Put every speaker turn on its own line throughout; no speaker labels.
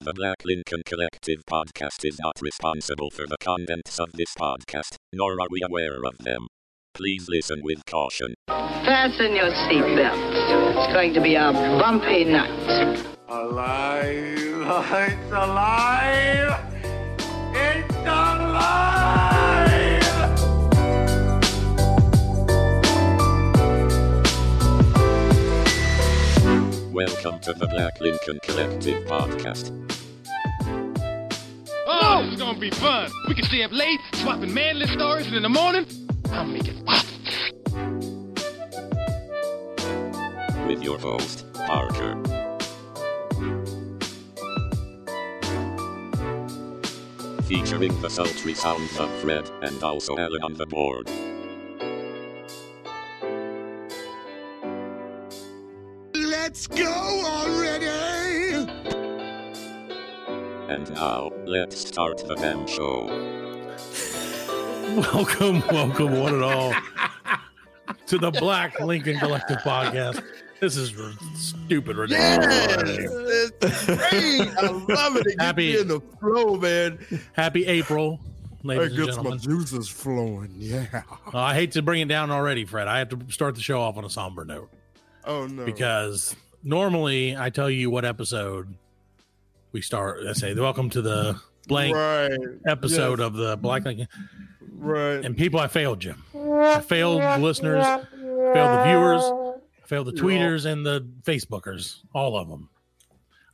The Black Lincoln Collective podcast is not responsible for the contents of this podcast, nor are we aware of them. Please listen with caution.
Fasten your seatbelts. It's going to be a bumpy night.
Alive! It's alive! It's alive!
Welcome to the Black Lincoln Collective podcast.
Oh, this is gonna be fun. We can stay up late, swapping manly stories, and in the morning, I'll make it pop.
with your host, Parker. Featuring the sultry sounds of Fred and also Alan on the board.
Let's go already!
And now, let's start the damn show.
Welcome, welcome, one and all, to the Black Lincoln Collective podcast. This is r- stupid, ridiculous.
Yes! It's great! I love it. It gets
Happy-
me in the flow, man.
Happy April,
It
ladies and
gets my
gentlemen.
juices flowing. Yeah.
Uh, I hate to bring it down already, Fred. I have to start the show off on a somber note
Oh, no.
because normally I tell you what episode we start. I say, "Welcome to the blank
Right.
episode
yes.
of the Black Lincoln."
Right.
And people, I failed you. I failed the listeners, failed the viewers, I failed the
You're all-
tweeters and the Facebookers, all of them.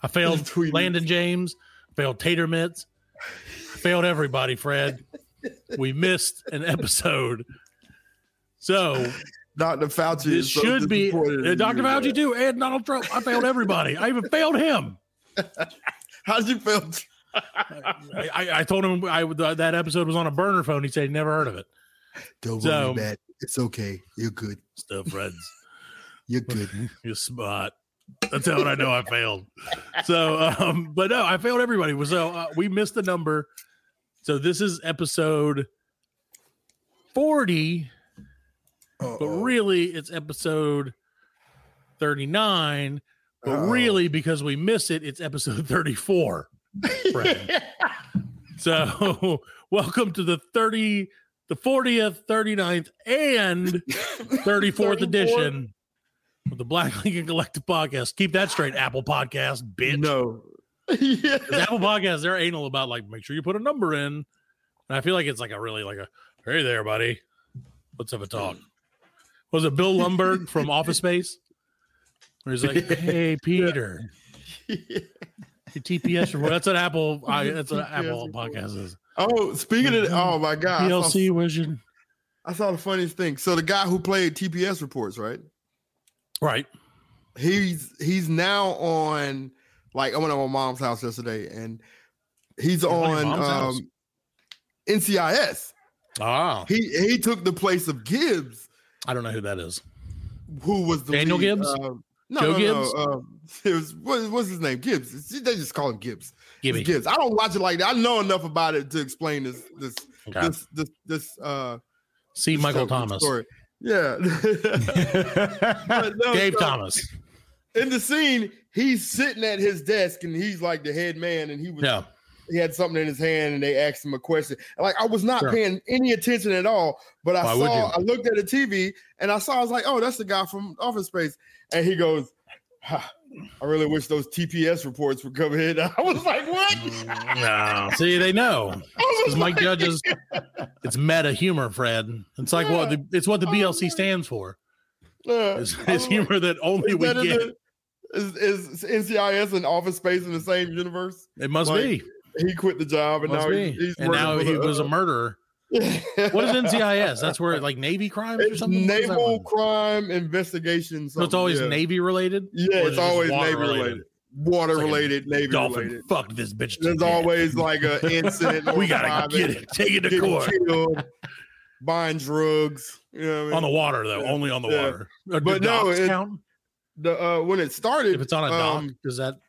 I failed
The tweeters.
Landon James, failed Tater Mitts, I failed everybody, Fred. We missed an episode. So
Dr. Fauci
this
is so
should be
disappointed
uh,
in
Dr.
you,
Fauci
man.
too, and Donald Trump. I failed everybody. I even failed him.
How'd you feel?
I, I, I told him I that episode was on a burner phone. He said he never heard of it.
Don't
So-
worry, Matt. It's okay. You're good.
Still, Fred's
You're good.
You're smart. That's how I know I failed. So, um, but no, I failed everybody. So uh, we missed the number. So this is episode 40, but
Uh-oh.
really it's episode 39. But
Uh-oh.
really, because we miss it, it's episode 34. Brad. so welcome to the 30, the 40th, 39th, and 34th edition of the Black Lincoln Collective podcast. Keep that straight, Apple Podcast, bitch.
No. yeah.
'Cause Apple Podcast, they're anal about like make sure you put a number in. And I feel like it's like a really like a hey there, buddy. Let's have a talk. Was it Bill Lumberg from Office Space? Where he's like, Hey Peter. Your TPS report. That's what Apple I, that's what
TPS
Apple
report.
podcast is.
Oh, speaking
Mm-hmm.
of, oh my God. I saw,
PLC was your
I saw the funniest thing. So, the guy who played TPS reports, right?
right.
he's he's now on like I went to my mom's house yesterday and he's
went to your
on
mom's house?
um NCIS.
Ah.
He he took the place of Gibbs,
I don't know who that is.
who was the
Daniel
lead,
Gibbs?
um, no,
Joe
no,
Gibbs?
no. Um, it was what, what's his name? Gibbs. It's- They just call him Gibbs. It's
Gimme.
Gibbs. I don't watch it like that. I know enough about it to explain this this
Okay.
this this this uh
See
this
Michael
show- this
Thomas.
story. Yeah. But no,
Dave
so-
Thomas.
in the scene, he's sitting at his desk and he's like the head man, and he was
Yeah.
he had something in his hand, and they asked him a question. Like I was not
Sure.
paying any attention at all, but I
Why would
saw I looked at the TV and I saw I was like, oh, that's the guy from Office Space, and he goes. "Ha, I really wish those TPS reports would come in. I was like, "What?"
Mm. No. See, they know.
I was
It's Mike
like,
Judge's. It's meta humor, Fred. It's like what the, it's what the
Oh,
BLC
man.
stands for.
"Uh,
It's,
I
it's
was like,
humor that only
is
we
that in
get.
the- Is, is NCIS and Office Space in the same universe?
It must
like,
be.
He quit the job, and
Must
now
be.
he's, he's
and now he was a murderer.
a.
What is NCIS? That's where like Navy crimes or
It's
something. What is that
naval
one?
crime investigation.
So it's
something,
always
yeah.
Navy related.
Yeah,
Or is
it's
it just
always
water
Navy related, water
It's like a
related, Navy
Dolphin
related.
fucked this bitch. to
There's
death.
always like an incident. or
we gotta
private
get it. Take it to
getting
court
killed, buying drugs. You know what I
on the
mean?
water though.
Yeah.
Only on the
Yeah.
water. Uh, do
But no,
docks
it-
count?
the, uh, when it started,
if it's on a dock,
um,
does that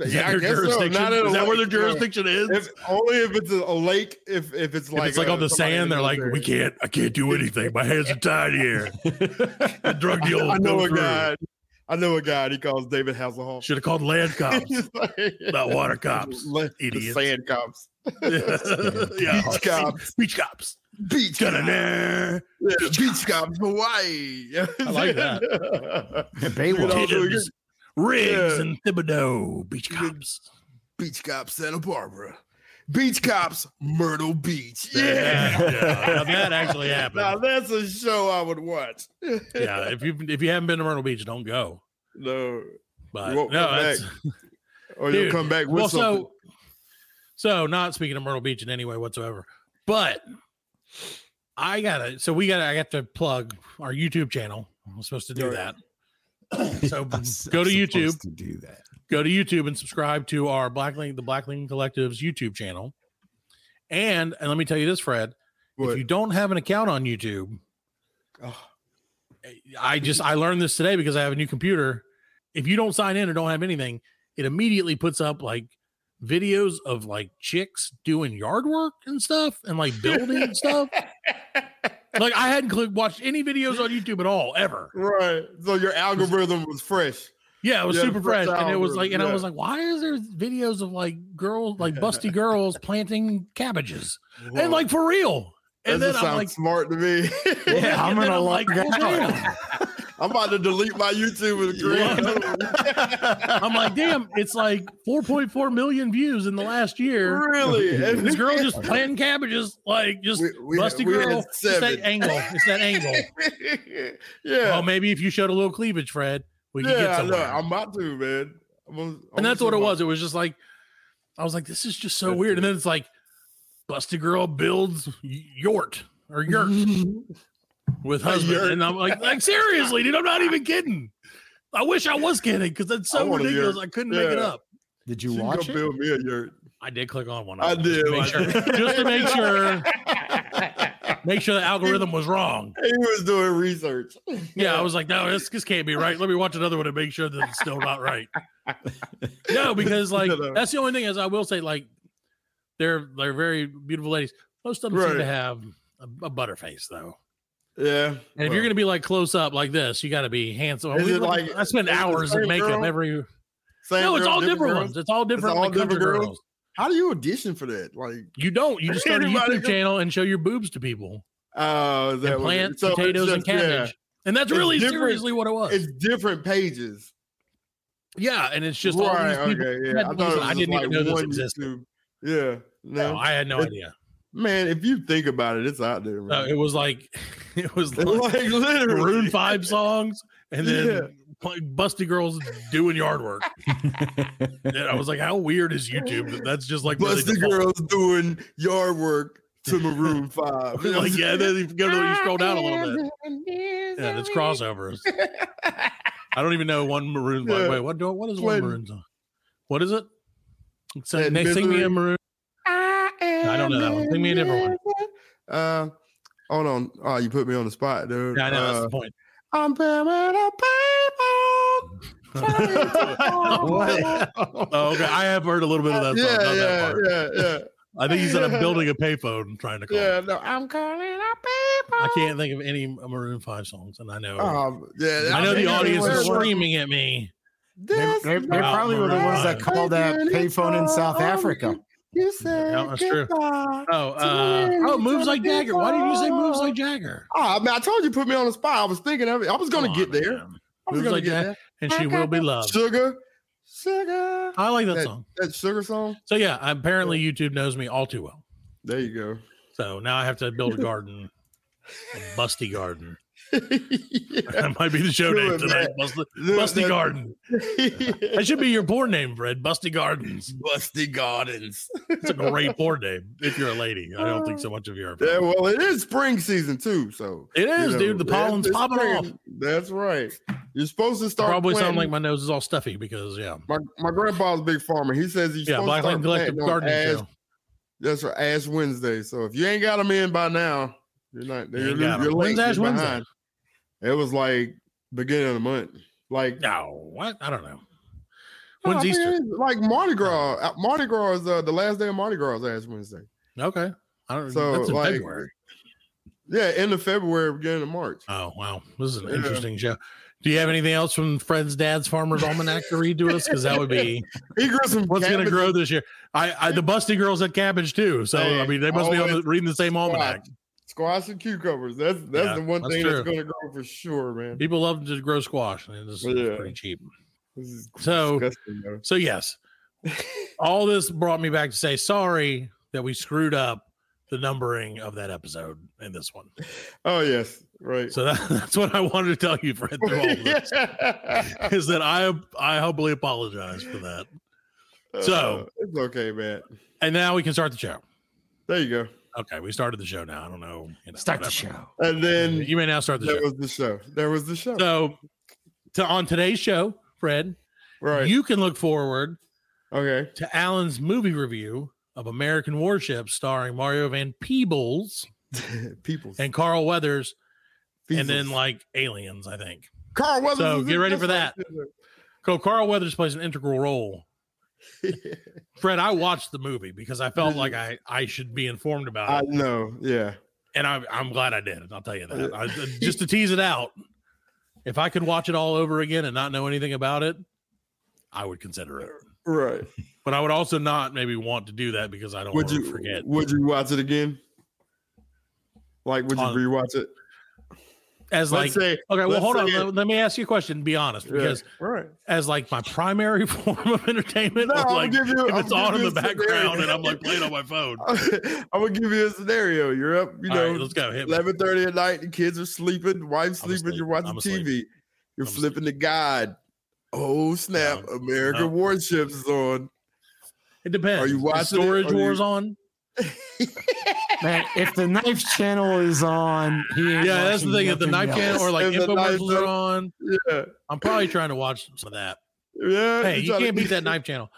is
yeah,
that
I
their
guess so.
jurisdiction?
Not at a
is that where their
lake, no.
jurisdiction is?
If, only if it's a, a lake. If if it's
If
like
it's like
uh,
on the
somebody in
sand, they're like,
military.
we can't, I can't do anything. My hands are tied here. the drug dealer.
I know a guy. I know a guy. And he calls David Hasselhoff.
Should have called land cops,
He's like-
not water cops.
Like the
idiots.
sand cops,
yeah,
Beach cops.
Beach cops.
beach
Gonna
cops,
nah.
Yeah, beach cops, Hawaii.
I like that.
You know,
Baywatch.
doing
Tibbs, Riggs
Yeah.
and Thibodeau, beach
You're-
cops.
beach cops, Santa Barbara. Beach cops, Myrtle Beach.
Yeah,
Yeah.
yeah. Now that actually happened.
Now that's a show I would watch.
yeah, if you if you haven't been to Myrtle Beach, don't go.
No.
But
You won't
no,
come
that's,
Or
Dude,
you'll come back with
well,
something.
so so not speaking of Myrtle Beach in any way whatsoever, but I gotta. So we gotta. I got to plug our YouTube channel. I'm supposed to do
Right.
that.
Oh, I'm
go to
supposed
YouTube.
to do that.
go to YouTube and subscribe to our Black Link, the Black Link Collective's YouTube channel. And and let me tell you this, Fred, if
What?
you don't have an account on YouTube,
Oh,
I just I learned this today because I have a new computer. If you don't sign in or don't have anything, it immediately puts up like videos of like chicks doing yard work and stuff and like building and stuff. Like I hadn't clicked watched any videos on YouTube at all ever.
right. So your algorithm was fresh.
Yeah, it was
Yeah,
super
the fresh
fresh, and it was
algorithm,
like, and I
yeah.
was like, why is there videos of like girls, like busty girls planting cabbages,
Whoa.
and like for real? And
that
then
just
I'm
sounds
like,
smart to me.
Yeah, I'm
and then
gonna log
well, damn.
out.
I'm about to delete my YouTube and create another one.
I'm like, damn, it's like 4.4 million views in the last year.
Really? And
This girl just planting cabbages, like just
We- we-
busty
we had
girl. It's that
seven.
angle. It's that angle.
yeah.
Well, maybe if you showed a little cleavage, Fred, we could get
yeah, I know.
somewhere.
I'm about to, man. I'm on- I'm
and that's
on
what it
my-
was. It was just like I was like, this is just so
That's
weird. And then it's like, Busty Girl builds y- yort or yurt with husband,
yurt.
and I'm like, like seriously, dude, I'm not even kidding. I wish I was kidding because that's
I
so
want a
ridiculous.
yurt.
I couldn't make it
Yeah.
up.
Did
She
you
can
watch
go
it?
build me a yurt.
I did click on one.
I
of them, just
did,
to make
I
sure-
did.
just to make sure, make sure the algorithm was wrong.
He was doing research.
Yeah, I was like, no, this, this can't be right. Let me watch another one and make sure that it's still not right. no, because like
No, no.
that's the only thing is I will say like they're they're very beautiful ladies. Most of them seem to
Right.
have a, a butterface though.
Yeah.
And if you're gonna be like close up like this, you got to be handsome.
Is
We
it
look-
like-
I spend
is it the
hours in
same
makeup
girl?
every.
Same
no, it's
girl,
all different
girls?
ones. It's all different.
all
like, country
different girls?
girls.
How do you audition for that? Like,
You don't. You just start a
Anybody
YouTube
go-
channel and show your boobs to people
oh, is that
and
what it-
plant
so it's
potatoes and
just- yeah.
cabbage. And that's
It's
really
different-
seriously what it was.
It's different pages.
yeah, and it's just
right.
all these people.
okay.
had
Yeah.
to
I, thought it was
listen. I
just
didn't even
like
know this
one
existed.
YouTube. Yeah. No.
No, I had no
It-
idea.
man, if you think about it, it's out there.
No,
Man.
it was like it was
It's
like
like literally
Maroon Five songs, and then
Yeah.
play- Busty Girls doing yard work. and I was like, how weird is YouTube? that That's just like really
Busted
default?
girls doing yard work to Maroon Five. You know
like
what
yeah,
I'm
then you go to you scroll down a little bit. Yeah, that's crossovers. I don't even know one Maroon. like,
Yeah.
Wait, what? Do, what is
When-
one Maroon song? What is it? Sing,
That
they sing me a
misery-
Maroon.
saying?
I don't know that one. Sing me a different one.
Uh, hold on. Oh, you put me on the spot, dude.
Yeah, I know that's
Uh,
the point.
I'm bearing a paper.
What?
Oh, okay. I have heard a little bit of that song.
yeah,
not that
yeah,
part.
yeah, yeah,
I think he said I'm building a payphone and trying to call.
yeah. No, I'm calling a paper.
I can't think of any Maroon Five songs, and I know
Um, yeah,
I know the
think
audience is
everyone-
screaming at me.
They,
This
they, they
Wow,
probably were the ones that
Mariah.
called that payphone in South Africa.
You said
Yeah, that's true.
goodbye.
Oh, uh, oh, moves like Jagger. Why did you say moves like Jagger?
Oh, I mean, I told you put me on the spot. I was thinking of it. I was gonna
Come on,
get there.
man.
I was
Moves
gonna
like
get
that.
there.
And she will be loved.
Sugar, sugar.
I like that song.
That sugar song.
So yeah, apparently YouTube knows me all too well.
There you go.
So now I have to build a garden, a busty garden.
Yeah.
That might be the show
Do
name
it,
tonight. Busty,
Do it,
busty
man.
Garden. That should be your porn name, Fred. Busty Gardens.
Busty Gardens.
It's a great porn name if you're a lady. I don't think so much of you are.
Yeah, well, it is spring season too, so
It is,
you
dude. The
know,
pollen's
it's
popping
spring.
off.
That's right. You're supposed to start.
Probably sound
planting-
like my nose is all stuffy because yeah,
my my grandpa's a big farmer. He says he's
yeah.
supposed
Black
to
Lane
start
Collective
planting on
Gardening
Ash
Show.
That's right, Ash Wednesday. So if you ain't got them in by now, you're not.
You
You're,
ain't got 'em.
you're late.
When's Ash
you're
Wednesday?
behind. It was like beginning of the month. Like
No, what? I don't know.
No,
When's
I think it
Easter?
is. Like Mardi Gras. Uh, Mardi Gras is uh, the last day of Mardi Gras. is Ash Wednesday.
Okay, I don't.
So,
that's in
like-
February.
Yeah, end of February, beginning of March.
Oh wow, this is an
Yeah.
interesting show. Do you have anything else from Fred's Dad's Farmer's Almanac to read to us? Because that would be
He grew some.
what's going to
cabbage.
grow this year. I, I the Busty Girls had cabbage too, so I mean they must be on the, reading the same almanac.
Squash and cucumbers. That's that's
Yeah,
the one
that's
thing
true.
that's going to grow for sure, man.
People love to grow squash, and it's,
Yeah.
it's pretty cheap.
This is
So-
disgusting, though.
So yes, all this brought me back to say sorry that we screwed up the numbering of that episode in this one.
oh yes, right.
So that, that's what I wanted to tell you, Fred. Through all of this.
Yeah.
is that I I humbly apologize for that.
Uh,
So-
it's okay, man.
And now we can start the show.
There you go.
Okay, we started the show now. I don't know. you know,
Start the
whatever.
show.
And then
You may now start the
that
show.
was the show. That was the show.
So, to, on today's show, Fred,
right.
you can look forward
okay.
to Alan's movie review of American Warship, starring Mario Van Peebles
People.
and Carl Weathers, and then like aliens, I think.
Carl Weathers.
So,
is
get
in
ready
this
for that. So Carl Weathers plays an integral role.
one.
Fred, I watched the movie because I felt like I I should be informed about it.
I know. Yeah.
and I'm I'm glad I did. I'll tell you that. I, uh, just to tease it out, if I could watch it all over again and not know anything about it, I would consider it.
Right.
But I would also not maybe want to do that because I don't
Would
want
you
to forget.
Would you watch it again? Like, would you
On-
rewatch it?
As like,
Let's say.
okay, well,
let's
hold on.
say it-
Let, let me ask you a question. Be honest,
Yeah,
because
right.
as like my primary form of entertainment,
No,
or,
I'll
like
give you-
if
I'll
it's on
give
in
you
the
a scenario.
background and I'm like playing on my phone.
I'm gonna give you a scenario. You're up, you
all
know,
right, let's go. Hit me.
eleven thirty at night. The kids are sleeping. Wife's
I'm
sleeping. You're
asleep.
watching
I'm
TV.
asleep.
You're
I'm
flipping the guide. Oh snap!
No.
American
No.
warships is on.
It depends.
Are you
Is
watching it?
Storage
Are you-
Wars on?
Man, if the knife channel is on, he ain't
Yeah, that's the
watching
thing. If the
nothing
knife
else.
channel or like
Is the knife
infomercials are
channel-
on,
Yeah,
I'm probably trying to watch some of that.
yeah.
hey,
you're
you
trying to-
can't beat that knife channel.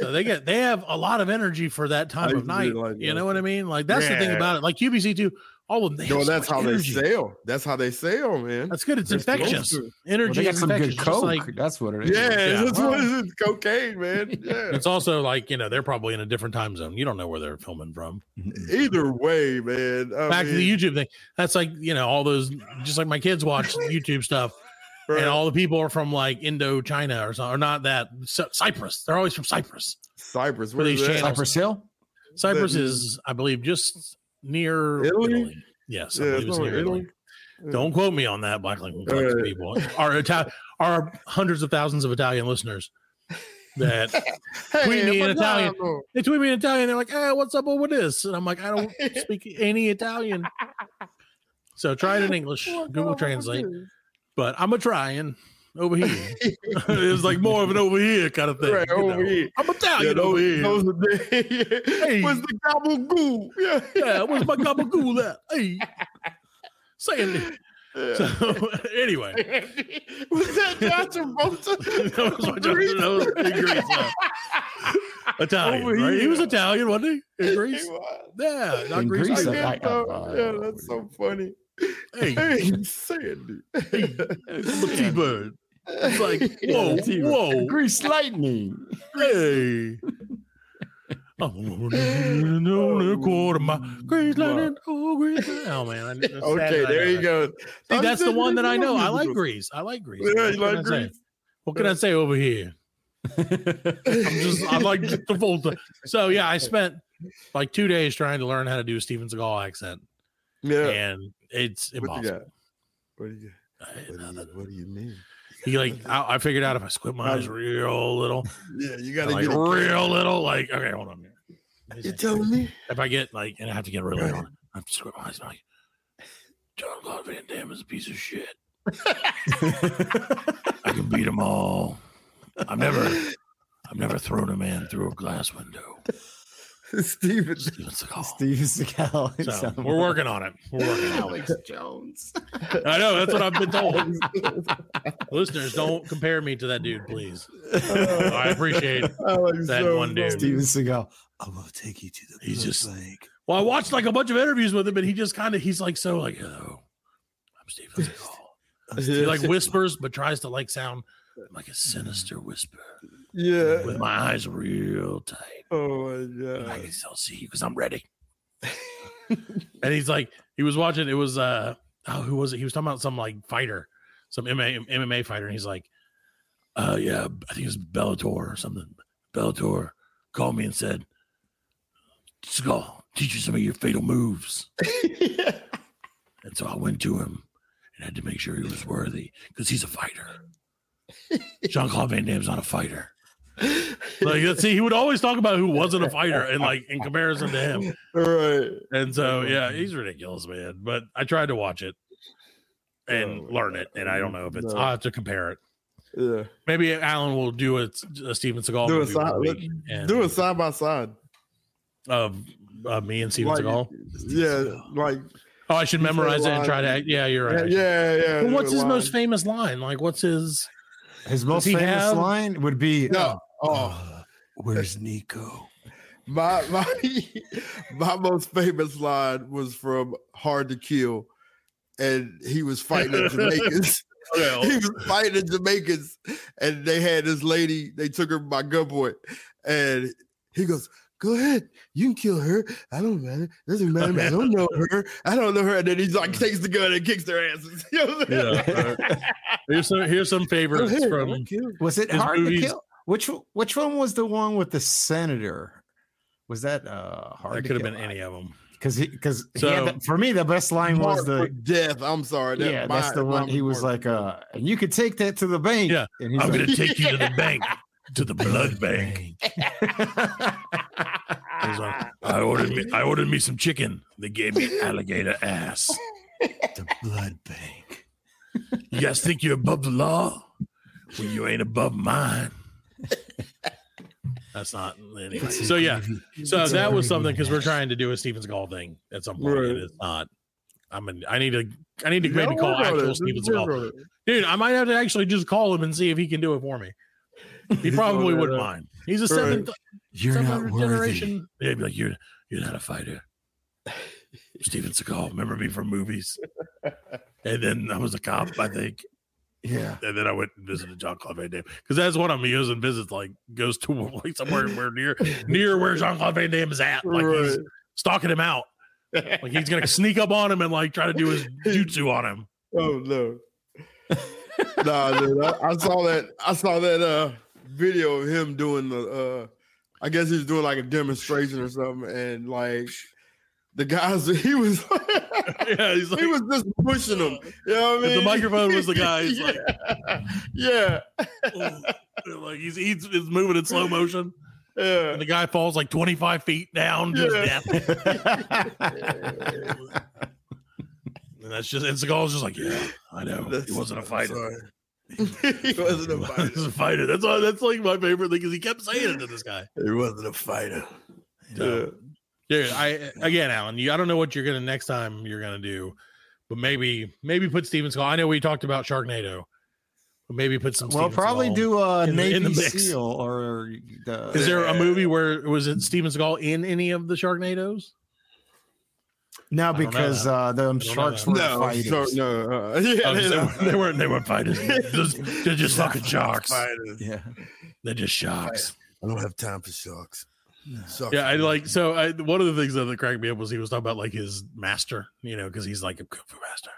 So they get they have a lot of energy for that time
I
of night.
really like
you
that.
know what I mean? Like that's the thing
Yeah.
about it. Like QBC too. All of them. they
No,
have so
that's
much
how
energy.
they sail. That's how they sail, man.
That's good. It's
They're supposed
infectious.
to.
Well,
Energy
they got
is
some
infectious.
good
Just
coke.
like-
that's what it is.
yeah,
Yeah.
that's what it is. Cocaine, man. Yeah.
it's also like you know they're probably in a different time zone. You don't know where they're filming from.
Either way, man. I
Back to the
mean,
YouTube thing. That's like you know all those just like my kids watch YouTube stuff,
right.
and all the people are from like Indochina or something, or not that Cy- Cyprus. They're always from Cyprus.
Cyprus.
for
Where
these
is that?
channels.
Cypress Hill.
Cyprus
That-
is, I believe, just near
Italy?
Italy. Yes, I
Yeah,
believe
it's
it's
not
near Italy.
Italy. Yeah.
Don't quote me on that, Black Lincoln Collective
Alright.
people. Our Itali- our hundreds of thousands of Italian listeners that Tweet me in Italian.
Italiano.
they tweet me in Italian. They're like, "Hey, what's up with this?" And I'm like, "I don't speak any Italian." So try it in English, Google Translate. But I'm a trying over here. it's like more of an over here kind of thing.
Right,
you
over
know.
here.
I'm Italian
Yeah,
over
those,
here.
those are the,
Hey.
was the gabagoo. Yeah.
yeah, where's my gabagool at? Hey, saying it.
Yeah.
So anyway,
was that John Travolta?
that was my job. That was in Greece, yeah. Italian,
Over
right? He was
here.
Italian, wasn't he? In Greece,
He was.
yeah, not
In
Greece.
Greece,
like-
I-
Yeah,
I-
so- yeah, that's so funny.
Hey,
Hey, Sandy.
I'm a T-bird. It's like whoa,
T-bird.
whoa,
Grease lightning.
hey. I'm running
Oh.
on the quarter mile. Greece, Lightning, oh, Greece. Oh man, I- it's sad
Okay,
that I
there
know
you
that.
go.
See,
I'm
that's the
saying
one that I know. I
musical.
like Greece. I like Greece.
Yeah,
What
you
can
like
I say?
Greece.
What can I say over here? I'm just I like the Volta. So yeah, I spent like two days trying to learn how to do a Steven Seagal accent,
Yeah.
and it's
What you got?
impossible.
What do you got?
I-
What do you, what do you mean?
He like I, I figured out if I squint my eyes real little,
Yeah, you
and,
gotta
like
get.
real little, like okay, hold on. Here. Let me
You're
see.
telling me?
If I get like, and I have to get really on, I have to squint my eyes. and I'm Like, John Claude Van Damme is a piece of shit. I can beat them all. I've never, I've never thrown a man through a glass window.
Steven.
Steven Seagal.
Steve Seagal.
So, we're working on it. We're working on it.
Alex Jones.
I know that's what I've been told. Listeners, don't compare me to that dude, please. I appreciate.
Oh. I like
That
so
one dude.
much.
Steven Seagal. I will take you to the.
He's
good
just-
bank.
Well, I watched like a bunch of interviews with him, and he just kind of he's like so like hello, I'm Steven Seagal. He like whispers, but tries to like sound like a sinister whisper
yeah.
with my eyes real tight.
Oh my
I
god.
can still see you because I'm ready. and he's like, he was watching. It was uh, oh, who was it? He was talking about some like fighter. some MMA, MMA fighter, and he's like, uh, yeah, I think it's Bellator or something. Bellator called me and said, Skull, teach you some of your fatal moves. And so I went to him and had to make sure he was worthy because he's a fighter. Jean Claude Van Damme's not a fighter. Like, let's see, he would always talk about who wasn't a fighter and like in comparison to him.
right.
And
Oh,
so, yeah, he's ridiculous, man. But I tried to watch it and
Oh,
learn it. And I don't know if it's,
no.
I'll have to compare it.
Yeah.
Maybe Alan will do a, a Steven Seagal
Do a
movie one
side-
week and-
Do it side by side.
of uh, me and Steven
Like-
Seagal.
Yeah. Like
Oh, I should
He said
memorize it and
line.
try to. act- Yeah, you're right. I
yeah,
should.
yeah. yeah,
But what's
do it
his most
live.
famous line? Like, what's his?
His most
he
famous
have-
line would be
No. Oh.
"Uh, where's Nico?
My my my most famous line was from Hard to Kill, and he was fighting the Jamaicans. he was fighting the Jamaicans, and they had this lady. They took her by gunpoint, and he goes, "Go ahead, you can kill her. I don't matter. Doesn't matter. I don't know her. I don't know her." And then he's like, takes the gun and kicks their asses. You know what I'm saying?
Yeah. uh, here's some here's some
Go
favorites
ahead,
from.
kill her.
was it
His
hard
movies-
to kill? Which which one was the one with the senator? Was that uh hard? to
That could have
Kill?
been any of them.
because he because
So-
for me the best line was
Marked for
the
death. I'm sorry. That-
yeah
my-
that's the one
my-
he was like uh and you could take that to the bank
Yeah,
and he's
I'm
like,
gonna take you to the bank, to the blood bank. He's like, I ordered me I ordered me some chicken. They gave me alligator ass. the blood bank. You guys think you're above the law? Well, you ain't above mine. That's not anyway. So yeah, so that was something because we're trying to do a Stevens Gall thing at some point. and
Right.
It's not. I'm. An, I need to. I need to
Yeah,
maybe call
work on it.
actual
Just
Stevens
work
Gall.
on it.
Dude, I might have to actually just call him and see if he can do it for me. He probably
that
wouldn't
up.
mind. He's a
Right.
seventh,
You're not
700
worthy.
generation. They'd be like, you're you're not a fighter. Steven Seagal, remember me from movies? And then I was a cop, I think.
yeah
And then I went and visited John Claude Van Damme because that's what I'm using. Visits like goes to like somewhere where near near where Jean Claude Van Damme is at, like he's
Right.
stalking him out. Like he's gonna sneak up on him and like try to do his jutsu on him.
Oh no. nah, dude. I, I saw that. I saw that uh video of him doing the. uh I guess he was doing like a demonstration or something, and like the guys, he was
Yeah, he's like,
he was just pushing them. You know what I
If
mean?
the microphone was the guy, he's
yeah.
like-
yeah,
like he's, he's, he's moving in slow motion,
yeah.
and the guy falls like 25 feet down to his
Yeah.
death. And that's just, and Seagal's just like, yeah, I know. he wasn't a
I'm
fighter.
sorry. he wasn't a
He
fighter.
was a fighter. That's all, that's like my favorite thing because he kept saying it to this guy.
He wasn't a fighter.
So, Dude, I again, Alan, you, I don't know what you're gonna next time you're gonna do, but maybe maybe put Steven Seagal. I know we talked about Sharknado, but maybe put some.
well
Steven
probably
Seagal.
do a
in the-
Navy
in the mix.
SEAL or
Is
the,
there a movie where was it Steven Seagal in any of the Sharknados?
no
don't know
because
that.
uh the
know
sharks
that.
were
No,
fighters
sure, no, uh, yeah,
Oh,
they
they,
don't-
they weren't. They weren't fighters. Just- they're just fucking sharks.
fighters.
yeah
They're just sharks.
I don't have time for sharks. Sharks
Yeah, I
are-
like. So I, one of the things that cracked me up was he was talking about like his master, you know, because he's like a kung fu master,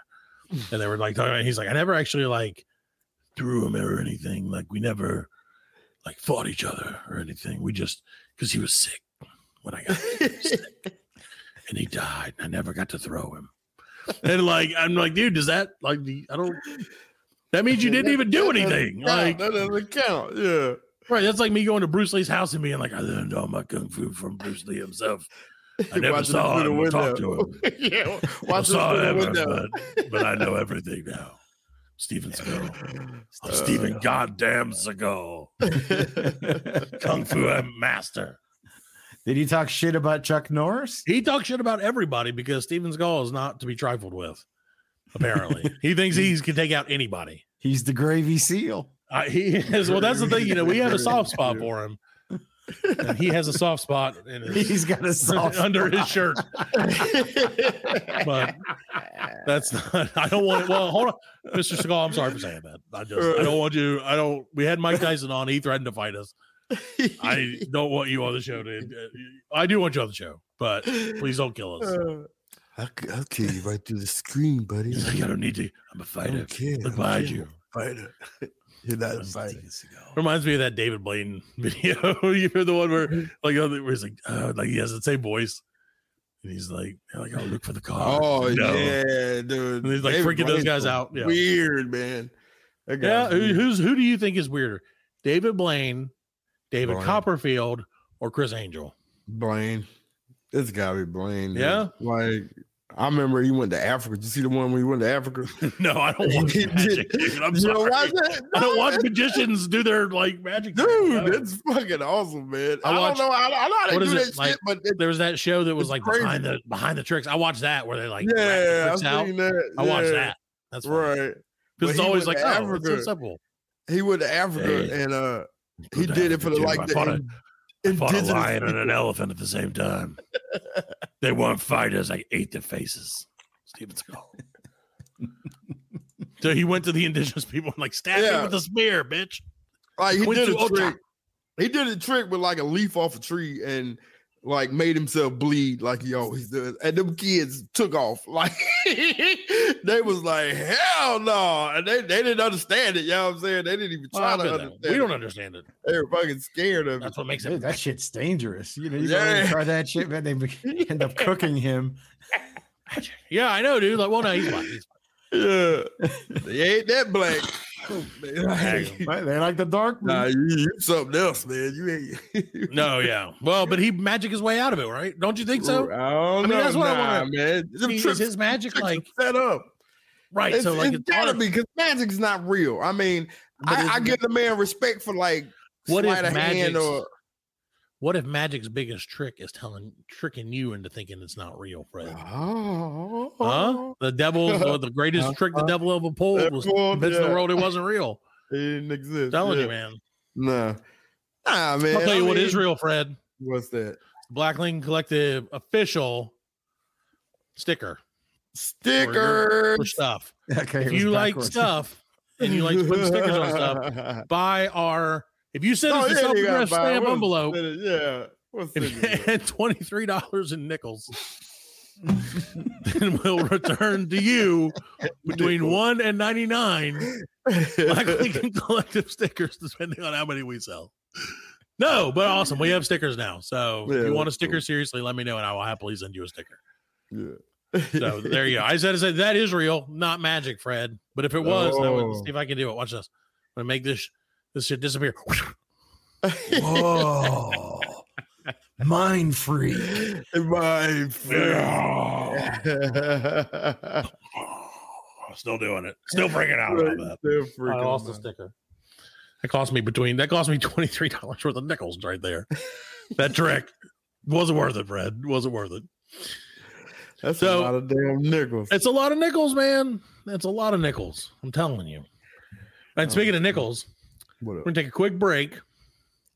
and they were like talking about. He's like, I never actually like threw him or anything. Like we never like fought each other or anything. We just because he was sick when I got sick, and he died. And I never got to throw him. And like I'm like, dude, does that like the- I don't. That means you didn't even do
That doesn't
anything.
count.
Like
that doesn't count. Yeah.
Right, that's like me going to Bruce Lee's house and being like, I learned all my kung fu from Bruce Lee himself. I never
Watching
saw
through
him
the
or talked to
window.
him.
yeah.
I
Watch
saw
him
him,
through the window.
but, but I know everything now. Steven Seagal. I'm
Uh,
Steven goddamn Seagal. kung fu I'm master.
did he talk shit about Chuck Norris
He talks shit about everybody because Steven Seagal is not to be trifled with, apparently. he thinks he can take out anybody.
he's the gravy seal
I, he is. Well, that's the thing. You know, we have a soft spot for him. And he has a soft spot in his,
he's got a soft
under his
spot.
shirt. but that's not. I don't want. Well, hold on, Mr. Seagal. I'm sorry for saying that. I just. I don't want you. I don't. We had Mike Tyson on. He threatened to fight us. I
Uh,
don't want you on the show. To, I do want you on the show, but please don't kill us.
I'll, I'll kill you right through the screen, buddy.
He's like, I don't need to. I'm a
I
fighter.
don't care.
Look
I'm
behind
a
you.
Fighter. You're not a fighter.
Reminds me of that David Blaine video. you know the one where
Mm-hmm.
like uh, where he's like uh, like he has the same voice, and he's like they're like I'll look for the car.
Oh
No.
yeah, dude.
And he's, like,
David
freaking those
Blaine's
guys
so
out, yeah.
Weird, man. That
yeah.
guy's
Who,
weird.
who's who do you think is weirder, David Blaine, David
Blaine.
Copperfield, or Chris Angel?
Blaine. It's gotta be Blaine. dude.
Yeah?
Like I remember he went to Africa. Did you see the one where he went to Africa?
no, I don't
He
watch
did-
magic. Dude. I'm
You
sorry.
know why that?
I don't
No,
watch
that-
magicians do their like magic. tricks.
Dude,
No.
that's fucking awesome, man.
I
I,
watched-
don't know. I, I know how
what
they
is
do
it,
that
like-
shit, but it,
there was that show that was
It's
like
crazy.
behind the behind the tricks. I watched that where they like wrap the
yeah,
tricks
I've
out.
seen that.
I watched
yeah,
that. That's funny.
Right. But
Because it's
he
always like,
went
oh,
to
it's so
Africa.
simple.
He went to Africa
Yeah.
and uh
Go
he
to
did it for
Africa,
the
too.
like
I
the
fought a-
in-
I fought a
indigenous
lion and an elephant at the same time. they weren't fighters. I ate their faces. Steven Skull. so he went to the indigenous people and like stabbed
Yeah.
me with a spear, bitch.
Like he
Went
did
to
a
Ocha.
trick. He did a trick with like a leaf off a tree and like made himself bleed like he always does. And them kids took off. Like they was like, hell no. And they, they didn't understand it. You know what I'm saying? They didn't even
Well,
try
I've
to
been there.
understand.
we
it.
don't understand it.
They were fucking scared of it.
That's what makes
Dude,
it.
that shit's dangerous. You know, you
Yeah.
yeah. try that shit, man. They be- end up cooking him.
Yeah, I know, dude. Like, well, no, he's black. He's
Yeah. they ain't that black. They like-
Right? They like the dark. meat.
nah, you, you something else, man. You ain't
black. No, yeah. Well, but he magic his way out of it, right? Don't you think so?
I don't
I mean,
know.
that's what I
nah,
wanna-
man.
I
Them
mean, is
tricks-
his magic
tricks are
like
set up.
right?
It's,
so like
it's gotta
arti-
be because magic's not real. I mean,
but
I, I
isn't
give the man respect for like
What if
sleight of hand
magic's-
or
What if magic's biggest trick is telling tricking you into thinking it's not real, Fred?
oh,
Huh? The devil, uh, the, the greatest trick the devil ever pulled was
Pulled,
convincing
yeah.
the world it wasn't real.
it didn't exist.
telling
yeah.
you, man.
Nah, nah, man.
I'll tell
I
you what
mean,
is real, Fred.
What's that
Black Lincoln Collective official sticker
sticker?
for stuff.
Okay, it
If
was
you like
backwards.
stuff and you like putting stickers on stuff, buy our. If you send
Oh,
us a
yeah, you gotta
self-addressed
buy it.
stamp
What is-
envelope,
Yeah, what's
if you add twenty-three dollars in nickels, then we'll return to you between one and ninety-nine Black Lincoln Collective stickers, depending on how many we sell. No, but awesome. We have stickers now. So
Yeah,
if you want a
that's
sticker,
cool.
seriously, let me know and I will happily send you a sticker.
yeah.
So there you go. I said, I said that is real, not magic, Fred. But if it was, I would
Oh.
see if I can do it. Watch this. I'm gonna make this this shit disappear.
Whoa. Mind free.
My friend.
Still doing it. Still freaking out about that.
They're
I
freaking
lost the
nuts.
sticker. That cost me between that cost me twenty three dollars worth of nickels right there. that trick wasn't worth it, Fred. Wasn't worth it.
That's
So-
a lot of damn nickels.
It's a lot of nickels, man. That's a lot of nickels. I'm telling you. And speaking of nickels,
What
we're
up?
gonna take a quick break,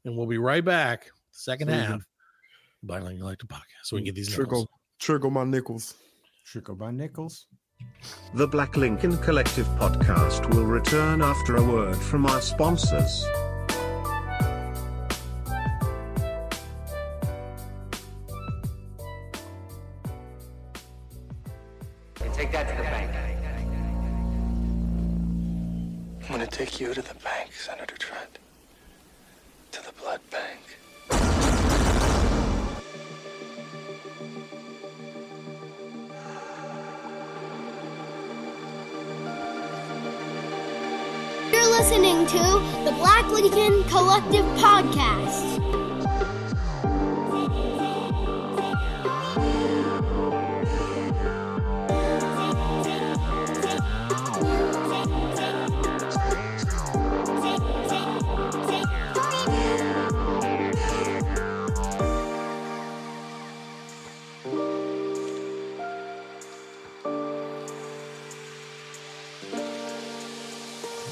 and we'll be right back. Second
Mhm.
half, Black Lightning Collective podcast, so we can get these nickels.
Trickle, trickle my nickels.
Trickle by nickels.
The Black Lincoln Collective podcast will return after a word from our sponsors.
Take that to the bank. I'm gonna take you to the bank, Senator Trent. To the blood bank.
You're listening to the Black Lincoln Collective Podcast.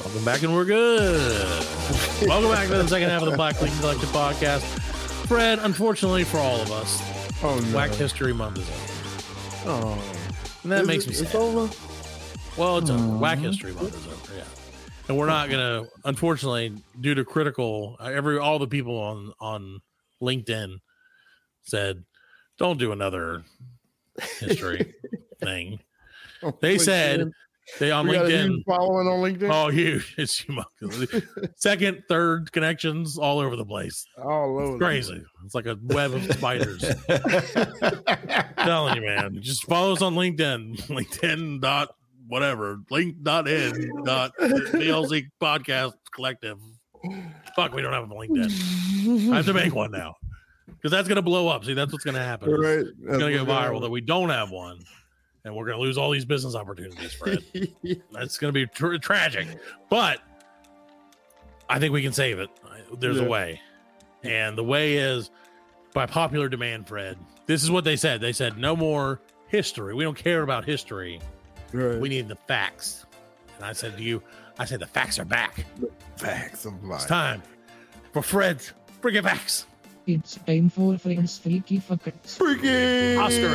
Welcome back, and we're good. Welcome back to the second half of the Black Lincoln Collective podcast. Fred, unfortunately for all of us,
Oh no!
Black History Month is over,
Oh,
and that
Is
makes
it-
me
It's
sad.
over.
Well, it's
Mm-hmm.
over. Black History Month is over, yeah. And we're not gonna, unfortunately, due to critical uh, every all the people on on LinkedIn said, "Don't do another history thing. They said they on
we got a
LinkedIn.
huge following on LinkedIn.
Oh, huge! It's humongous. Second, third connections all over the place.
All over.
Oh, It's crazy. It's like a web of spiders. telling you, man. Just follow us on LinkedIn. LinkedIn dot whatever. Link dot in dot BLZ podcast collective. Fuck, we don't have a LinkedIn. I have to make one now. Because that's gonna blow up. See, that's what's gonna happen.
All right.
It's gonna go viral that we don't have one. And we're gonna lose all these business opportunities, Fred. That's gonna be tr- tragic. But I think we can save it. I- There's
Yeah.
a way. And the way is by popular demand, Fred. This is what they said. They said no more history. We don't care about history.
Right.
We need the facts. And I said to you, I said the facts are back.
facts of
It's
life.
time for Fred's friggin' facts.
It's time for Friends Freaky Fuckers.
Freaky
Oscar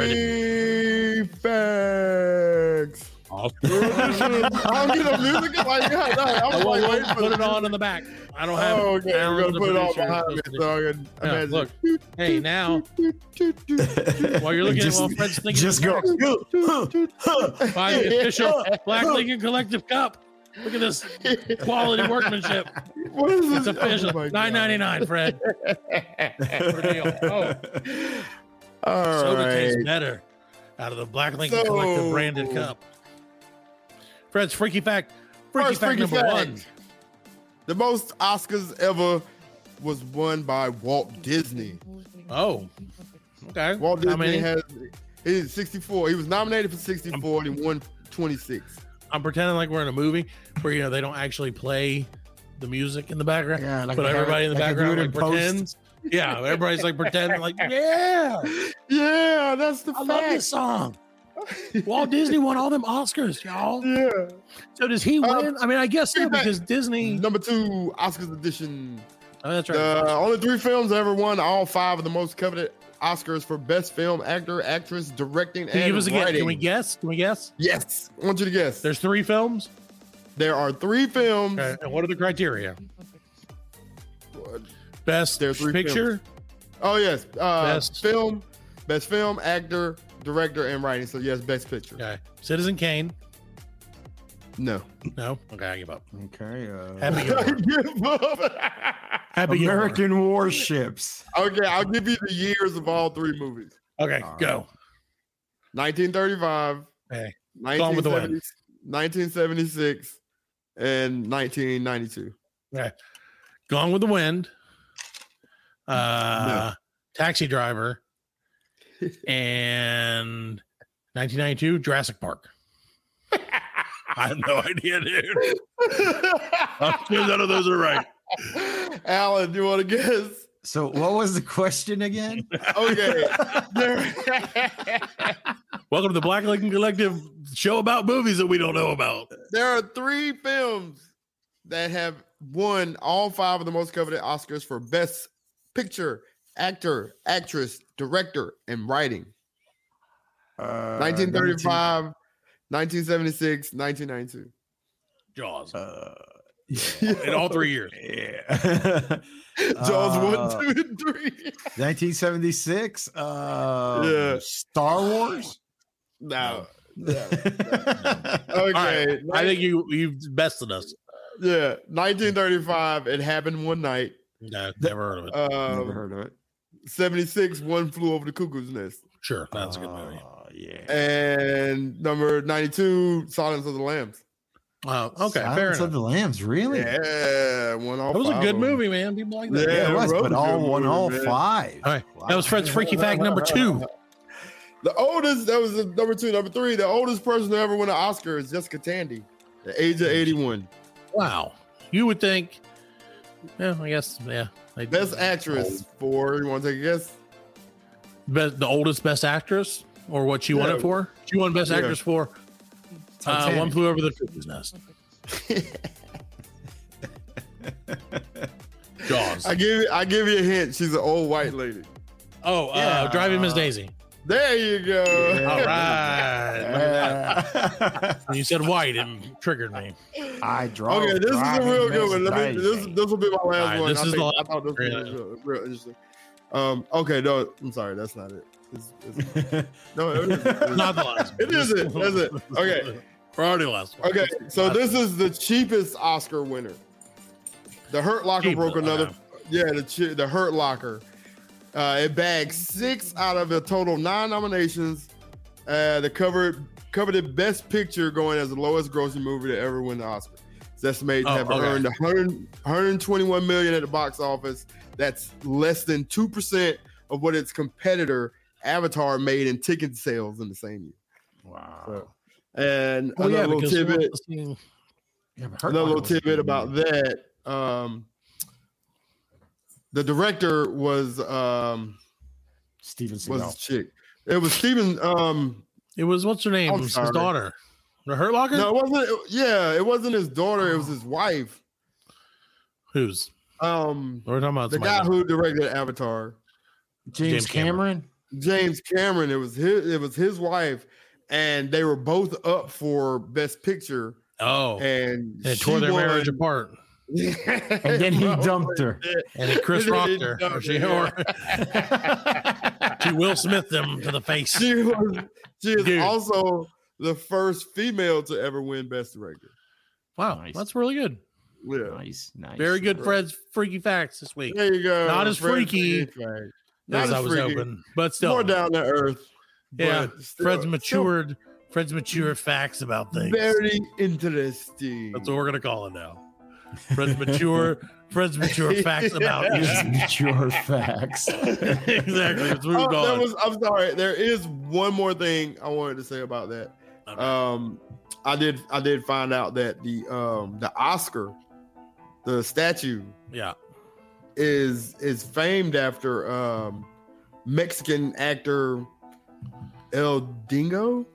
facts. I don't get no music. Like, yeah, no, I was
I
like,
will
wait for
put
the
it on in the back. I don't have.
Oh, okay.
Alan
We're gonna
the
put it all
producer,
behind me
supposed to do-
so I can
Yeah,
imagine.
look. Hey, now while you're looking
Just-
at it, while Fred's thinking,
Just go.
buy the official Black Lincoln Collective Cup. Look at this quality workmanship.
What is
It's
this?
official.
Oh my
Nine
God.
ninety nine, Fred. For a deal. Oh,
All
soda tastes
right.
better out of the Black Lincoln
So-
Collective branded cup. Fred's freaky fact. Freaky
First
fact
freaky
number
fact.
one.
The most Oscars ever was won by Walt Disney.
Oh. Okay.
Walt
How
Disney
many?
has he's 64. He was nominated for 64 and he won 26.
I'm pretending like we're in a movie where you know they don't actually play the music in the background,
Yeah, like
but
they have
everybody in the
it- they do
background
it
like
in post.
pretends. Yeah, everybody's like pretending like, yeah,
Yeah, that's the
I
fact.
love this song. Walt Disney won all them Oscars, y'all.
Yeah.
So does he
Uh,
win? I mean, I guess so
Freaky Fact.
because Disney.
Number two, Oscars edition.
Oh, that's right.
The only three films that ever won all five of the most coveted Oscars for Best Film, Actor, Actress, Directing,
Can you
and
give us a guess?
Writing.
Can we guess? Can we guess?
Yes, I want you to guess.
There's three films.
there are three films.
Okay, And what are the criteria? Best
There are three
picture.
Oh yes, uh,
Best.
film, best film, actor, director, and writing. So yes, best picture.
Okay. Citizen Kane.
No,
No. Okay, I give up.
Okay. Uh,
Happy Gilmore.
Give up.
Happy Gilmore.
American warships.
okay, I'll give you the years of all three movies:
Okay,
All right.
go.
1935,
Hey,
1970,
with the wind.
1976, and 1992.
Gone with the Wind, uh, Taxi Driver, and 1992 Jurassic Park. I have no idea, dude. I'm sure none of those are right.
Alan, do you want to guess?
So what was the question again?
Okay, there,
Welcome to the Black Lincoln Collective show about movies that we don't know about.
there are three films that have won all five of the most coveted Oscars for best picture, actor, actress, director, and writing.
Uh,
1935, 1976, 1992.
Jaws
19 uh,
in all three years.
yeah.
Jaws
Uh,
one, two, and three.
1976. Uh,
Yeah.
Star Wars.
No.
okay.
Okay.
All right, I
nin-
think you you've bested us.
yeah. 1935, it happened one night.
No, never heard of it.
Never
Um,
heard of it.
76, one flew over the cuckoo's nest.
Sure, that's a good movie.
Oh, yeah.
And number 92, Silence of the Lambs.
Oh, okay, fair
Silence
enough.
of the Lambs. Really?
Yeah. One all
That was a
five
good
of them.
movie, man. People like that.
Yeah,
Yeah, it was,
Road's
but all
good
one,
movie,
all
man.
five.
All right.
Wow.
That was Fred's freaky fact number two.
The oldest, that was the number two. Number three, the oldest person to ever win an Oscar is Jessica Tandy, the age of 81.
Wow. You would think, yeah, I guess, yeah. They-
Best actress for, you want to take a guess?
Best- the oldest best actress, or what she won
Yeah.
it for? She won best
Yeah.
actress for uh,
Titanic.
One Flew Over the Cuckoo's Nest. Jaws.
I give I give you a hint. She's an old white lady.
oh, uh,
Yeah.
Driving Miss Daisy.
There you go.
Yeah.
All right.
Yeah.
When you said white, it triggered me.
I draw.
Okay, Oh, this is a real good one. Let me, this this will be my last
right,
one.
this
I,
is
think- I
the
thought this
last
was real, real interesting. Um, okay, no, I'm sorry, that's not it. It's, it's, no, it isn't.
Not the last one.
It isn't. That's it. Okay.
We're already last one.
Okay. So this is the cheapest Oscar winner. The Hurt Locker
Cheap,
broke
though,
another.
okay.
Yeah, the chi- the Hurt Locker. Uh, it bagged six out of a total nine nominations. Uh, the covered coveted Best Picture going as the lowest grossing movie to ever win the Oscar. It's estimated to
Oh,
have
okay.
earned 100, 121 million at the box office. That's less than two percent of what its competitor Avatar made in ticket sales in the same year.
Wow.
So, and
Oh,
another
yeah,
little
because who
tidbit.
wants to see-
Yeah, but Hurt
Another
Locker
little
was-
tidbit about that. Um, the director was um,
Steven Seagal.
was this chick. It was Steven. Um,
It was what's her name?
I'm
It was his
sorry.
daughter. The Hurt Locker?
no, it wasn't. Yeah, it wasn't his daughter. It was his wife.
Who's?
Um,
We're talking about
the
somebody
guy who directed Avatar,
James,
James Cameron.
Cameron.
James Cameron. It was his. It was his wife, and they were both up for Best Picture,
Oh, and
and
it
she
tore their
won.
marriage apart.
And then he
Bro.
dumped her.
And it Chris
And then
rocked
he
her.
dumped
Or she,
her,
or she Will Smith them to the face.
she was she is
Dude.
also the first female to ever win Best Director.
Wow,
Nice.
that's really good.
Yeah,
Nice, nice.
Very good,
Right.
Fred's freaky facts this week.
there you go.
Not as
Fred
freaky
Fairbanks. Not
As
as
I was
freaky.
hoping, but still,
More down to earth.
yeah.
but still-
Fred's
still
matured. Fred's mature facts about things.
Very interesting. Oh,
That's what we're gonna call it now. Fred's mature. Fred's mature facts about
Just
music.
mature facts.
exactly. It's moved
Oh, that
on.
was, I'm sorry. There is one more thing I wanted to say about that.
Okay.
Um, I did. I did find out that the um the Oscar, the statue
yeah.
is is famed after um Mexican actor El Dingo.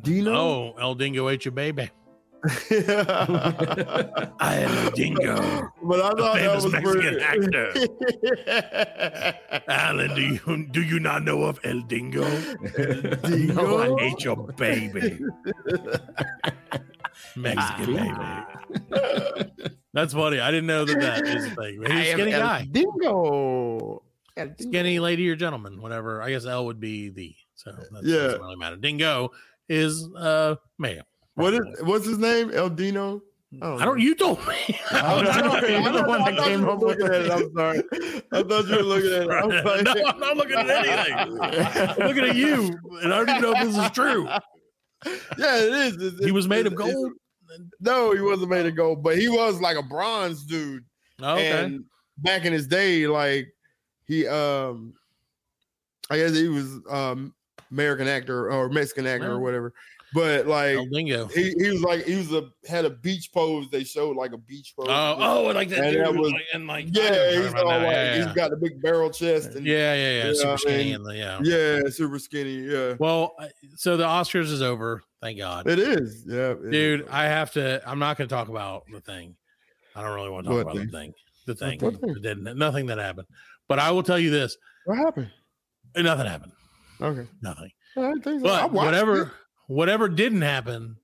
Dino.
Oh, El Dingo ate your baby.
but
I am El Dingo,
I
the
thought that
famous
was
Mexican
pretty.
actor.
Dingo.
Alan, do you do you not know of El Dingo?
No, I
ate your baby, Mexican
Ah.
baby. That's funny. I didn't know that that is a thing. But
I
He's a
am
skinny
El
guy,
Dingo. El Dingo.
skinny lady or gentleman, whatever. I guess L would be the. So that
Yeah.
doesn't really matter. Dingo is uh male.
What is what's his name? El Dino.
I don't. You told me.
I don't know.
Sorry,
You're
Oh, I
the
thought-
one
I
that
thought
came
you
up
were
with
looking at it. I'm sorry. I thought you were looking at it. I'm like,
no, I'm not looking at anything. I'm looking at you, and I don't even know if this is true.
yeah, it is. It's-
He
it's-
was made of
it's- it's-
gold.
No, he wasn't made of gold, but he was like a bronze dude.
Oh, okay.
And back in his day, like he um I guess he was um American actor or Mexican actor or
Well.
whatever. But like
El Dingo.
he, he was like he was a had a beach pose. They showed like a beach pose.
Oh, oh, and like that
And
dude,
that
and,
was-
like, and like
yeah, he's all
all
like
yeah,
he's
yeah.
got the big barrel chest and yeah,
yeah, yeah, yeah,
you know
super
what I
skinny
mean?
and the, yeah.
super skinny. Yeah,
Well, I- so the Oscars is over, thank God,
it is. Yeah, it is.
dude. I have to. I'm not going to talk about the thing. I don't really want to talk
What
about
thing?
the thing. The thing.
What thing?
It didn't nothing that happened. But I will tell you this:
what happened?
nothing happened.
Okay,
Nothing.
I didn't think so. I
But
watched
whatever
it.
whatever didn't happen,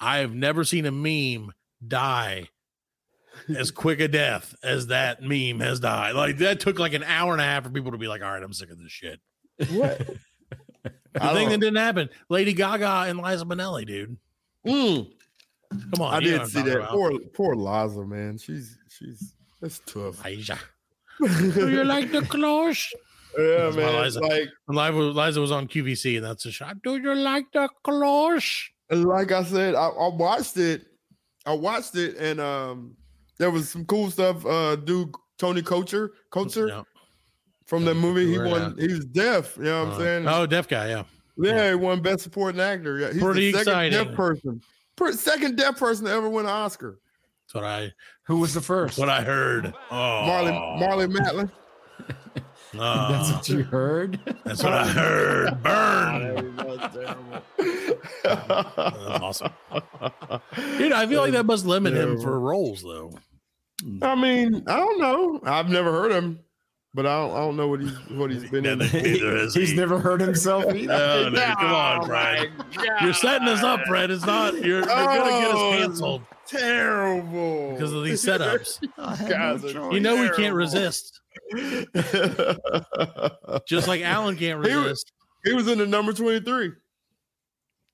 I have never seen a meme die as quick a death as that meme has died. Like that took like an hour and a half for people to be like, all right, I'm sick of this shit.
What?
The
I
thing that
don't-
didn't happen, Lady Gaga and Liza Minnelli, dude.
Mm,
Come on,
I
Oh, you know
did
what I'm
see
talking
that.
about.
Poor, poor Liza, man. She's she's that's tough.
Liza. Do you
yeah,
like the cloche? That's my
man.
Liza.
Like
And Liza, Liza was on QVC, and that's a shot. Do you like the cloche?
like I said, I, I watched it. I watched it, and um, there was some cool stuff. Uh, dude, Tony Coacher, Coacher
No.
from the
Tony
movie, he
Coacher,
won. He was deaf. You know what
Uh,
I'm saying?
oh, deaf guy, yeah.
Yeah,
Yeah.
he won Best Supporting Actor. Yeah, he's
Pretty
the second
exciting.
deaf person. Per, second deaf person to ever win an Oscar.
That's what I
Who was the first?
what I heard. Oh,
Marley Marley Matlin.
Oh.
That's what you heard.
That's what I heard. Burn. That's awesome. Dude, I feel like that must limit him for roles, though.
I mean, I don't know. I've never heard him, but I don't, I don't know what he's what he's been in.
Neither is
He's
he.
never heard himself either.
No, no, come on, Fred. You're setting us up, Fred. It's not. You're, you're gonna get
Oh.
us canceled
Terrible.
because of these setups.
Guys are
You know we can't resist. Just like Alan can't
He was-
resist
He was in the number 23.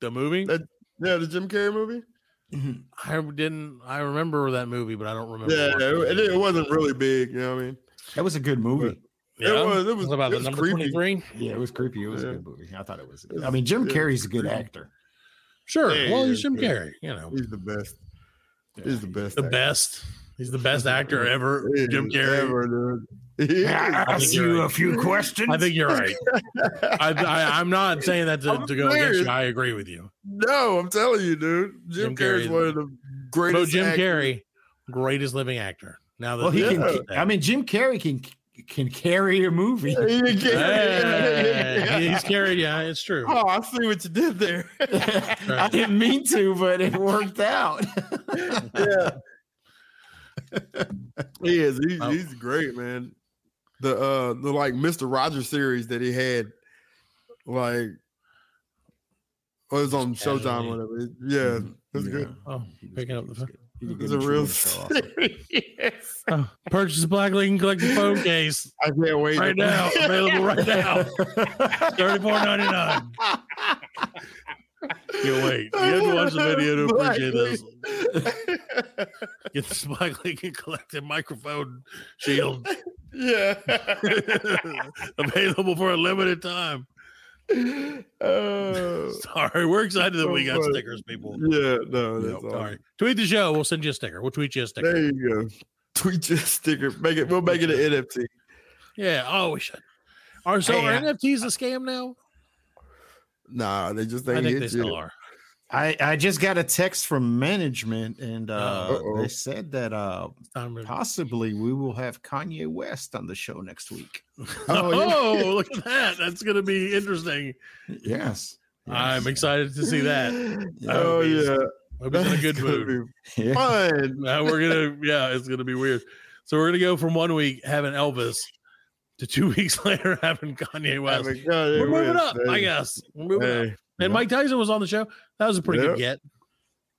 the movie.
That, yeah, the Jim Carrey movie.
I didn't. I remember that movie, but I don't remember.
Yeah,
what
it, it wasn't really big. You know what I mean?
That was a good movie.
Yeah?
It was. It was
What about
it
the
was
number
creepy.
twenty three.
Yeah, it was creepy. It was
Yeah.
a good movie. I thought it was. I mean, Jim
Yeah.
Carrey's a good actor.
Sure.
Yeah,
well,
yeah,
he's Jim
yeah.
Carrey. You know,
He's the best. He's the best.
the
actor.
best. He's the best actor ever.
He
Jim
is
Carrey.
ever, dude. He is.
I think you're right.
few questions.
I think you're right. I, I, I'm not saying that to,
I'm
to go against
serious.
you. I agree with you.
No, I'm telling you, dude. Jim,
Jim Carrey
Carrey's
is-
one of the greatest.
Bro, Jim
actors.
Carrey, greatest living actor. Now that
Well, he
Yeah.
can. I mean, Jim Carrey can can carry a movie.
He can-
Hey, he's carried. Yeah, it's true.
Oh, I see what you did there.
I didn't mean to, but it worked out.
yeah. he is. He's,
Oh.
he's great, man. The uh the like Mr. Rogers series that he had, like oh, it was on Showtime
Casually.
or whatever. It- yeah, it's good.
Oh, picking up the phone.
It's a real series.
Oh, purchase a black link and collect the phone case
I can't wait.
right now. Available right now. Thirty four ninety nine. You wait. You have to watch the video to appreciate this. Get this black link and collect the microphone shield
yeah.
available for a limited time.
Oh.
Sorry, we're excited that we got
Alright.
stickers, people.
yeah, no, that's all.
Sorry. Tweet the show. We'll send you a sticker. We'll tweet you a sticker.
There you go. Tweet your sticker. Make it. We'll make it an NFT.
Yeah. Oh, we should. Are so
Hey,
are
I-
NFTs a scam now?
Nah, they just
I
ain't
think
hit
they
you.
still are.
I, I just got a text from management, and uh,
Uh-oh.
they said that uh,
I'm re-
possibly we will have Kanye West on the show next week.
Oh,
Oh, yeah.
look at that. That's going to be interesting.
Yes,
I'm excited to see that.
Oh
That'll be-
yeah,
Hope he's in a
That's
good
gonna
mood.
be
Yeah.
Fun.
Now we're gonna, yeah, it's gonna be weird. So we're gonna go from one week having Elvis to two weeks later having Kanye West.
Have a good
we're moving
West,
up, I
hey.
guess. We're moving up.
Hey,
And
yeah.
Mike Tyson was on the show. That was a pretty good get.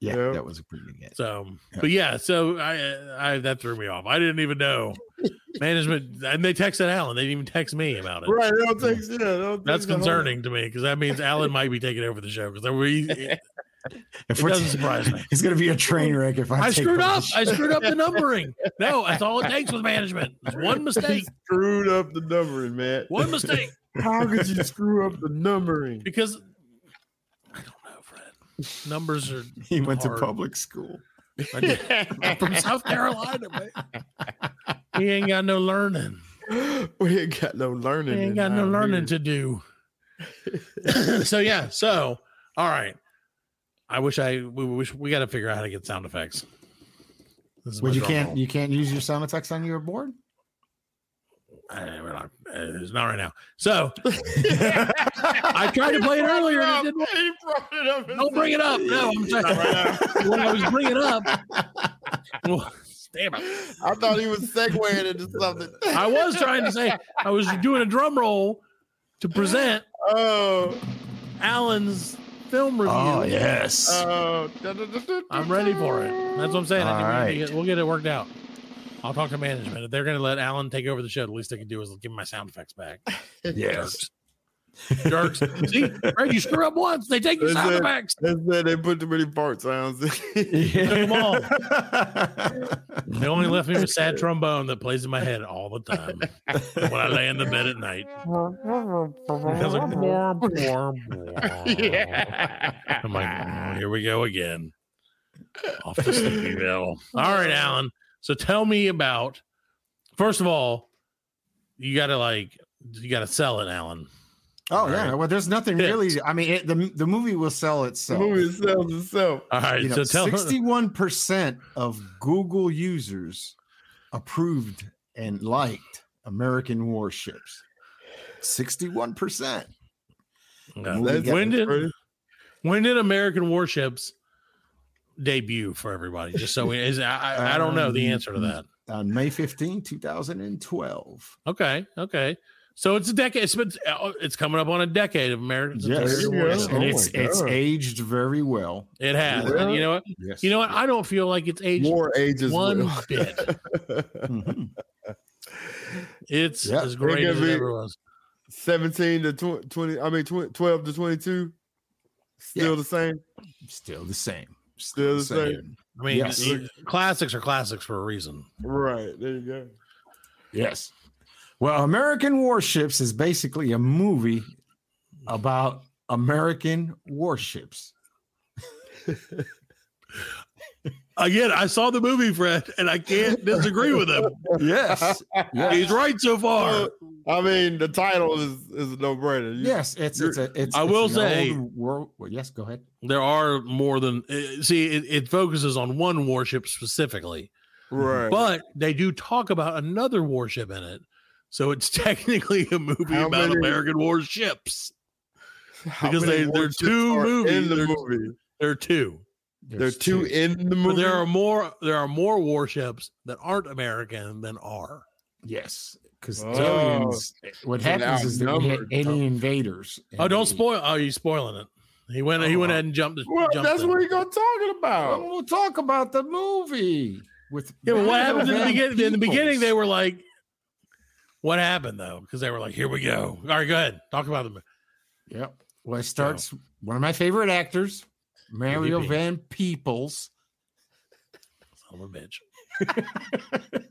yeah,
Yeah.
that was a pretty good guess.
So, but yeah, so I, I that threw me off. I didn't even know management, and they texted Alan. They didn't even text me about it.
Right. That'll take, yeah, that'll take
That's
the whole-
concerning to me because that means Alan might be taking over the show because we
If
It
we're-
doesn't surprise me.
It's gonna be a train wreck if I,
I
take
screwed
over the
up. I screwed up the numbering. No, that's all it takes with management. It's one mistake.
Screwed up the numbering, man.
One mistake.
How could you screw up the numbering?
Because I don't know, Fred. Numbers are
show. He went
hard.
to public school.
I did- I'm from South Carolina, man. He ain't got no learning.
We ain't got no
He
learning.
ain't
in
got no
out
learning
here.
to do. so yeah. So all right. I wish I we wish we got to figure out how to get sound effects. This is
Well,
my
you
drum roll.
can't you can't use your sound effects on your board.
Uh, we're not, uh, it's not right now. So I tried to play it earlier and it didn't work.
He brought it up.
Don't bring it up. No, I'm saying when I was bringing up. Well, damn it.
I thought he was segueing into something.
I was trying to say I was doing a drum roll to present
Oh,
Alan's film review.
yes.
oh. da- da- da- da-
I'm ready for it. That's what I'm saying. I think
All
we're gonna
right.
get- we'll get it worked out. I'll talk to management. If they're going to let Alan take over the show, the least they can do is give him my sound effects back.
yes.
Jerks. See, Fred, you screw up once. They take your
Is
sound
it-
effects.
They said they put too many part sounds in.
Come on. They only left me with sad trombone that plays in my head all the time when I lay in the bed at night. It's like, "Bwah, bwah, bwah." I'm like, "Oh, here we go again. Off to Sleepyville. All right, Alan. So tell me about first of all, you gotta like you gotta sell it, Alan.
Oh yeah.
Right.
Well, there's nothing
Yeah.
really. I mean, it, the the movie will sell
the
itself.
movie sells itself.
All right,
you
so
know,
tell her
sixty-one percent of Google users approved and liked American warships. Sixty-one percent.
Okay.
Movie
That's
got-
When did-
pretty-
when did American warships debut for everybody? Just so we is I, I, I don't know the
Um,
answer to that.
on May 15, 2012.
Okay, okay. So it's a decade. It's, been- uh, it's coming up on a decade of Americans. in
Yes,
Third
yeah.
World
yes,
War.
and
Oh
it's
my
it's
God.
aged very well.
It has.
Yeah.
And you know what?
Yes,
You know what? I don't feel like it's aged
War ages
one
will.
bit.
Mhm.
Mm-hmm. It's
Yeah,
as
it
great
could
as
be.
it ever was.
17 to tw- 20, I mean, tw- 12 to 22, still
Yeah.
the same.
Still the same.
Still the same.
I mean,
Yes.
the- classics are classics for a reason.
Right. There you go.
Yes. Well, American Warships is basically a movie about American warships.
Again, I saw the movie, Fred, and I can't disagree with him.
Yes.
He's right so far.
I mean, the title is, is a no brainer.
Yes, it's it's a it's.
I will
it's an
say-
old world. Well, yes, go ahead.
There are more than eh, see. It, it focuses on one warship specifically,
Right.
but they do talk about another warship in it. So it's technically a movie
How
about
many-
American warships
How
because
many
they they're
warships
two
are
movies.
in the
They're-
movie.
There are two.
There's two in the
But
movie.
there are more. There are more warships that aren't American than are.
Yes, because
Oh.
aliens. What
So
happens is that we had
outnumbered, huh?
alien invaders.
Oh,
and
don't
they-
spoil. Oh, you're spoiling it. He went. He went ahead and jumped.
Oh. Well,
jumped
that's
in.
what you're talking
Well,
about.
We'll talk about the movie with.
Yeah, but what happened in the
Batman
beginning? In the beginning,
Peoples.
they were like, "What happened though?" Because they were like, "Here we go." All right, go ahead. Talk about the movie.
Yep. Well, it starts one of my favorite actors, Mario
MVP.
Van Peoples.
Son of a bitch.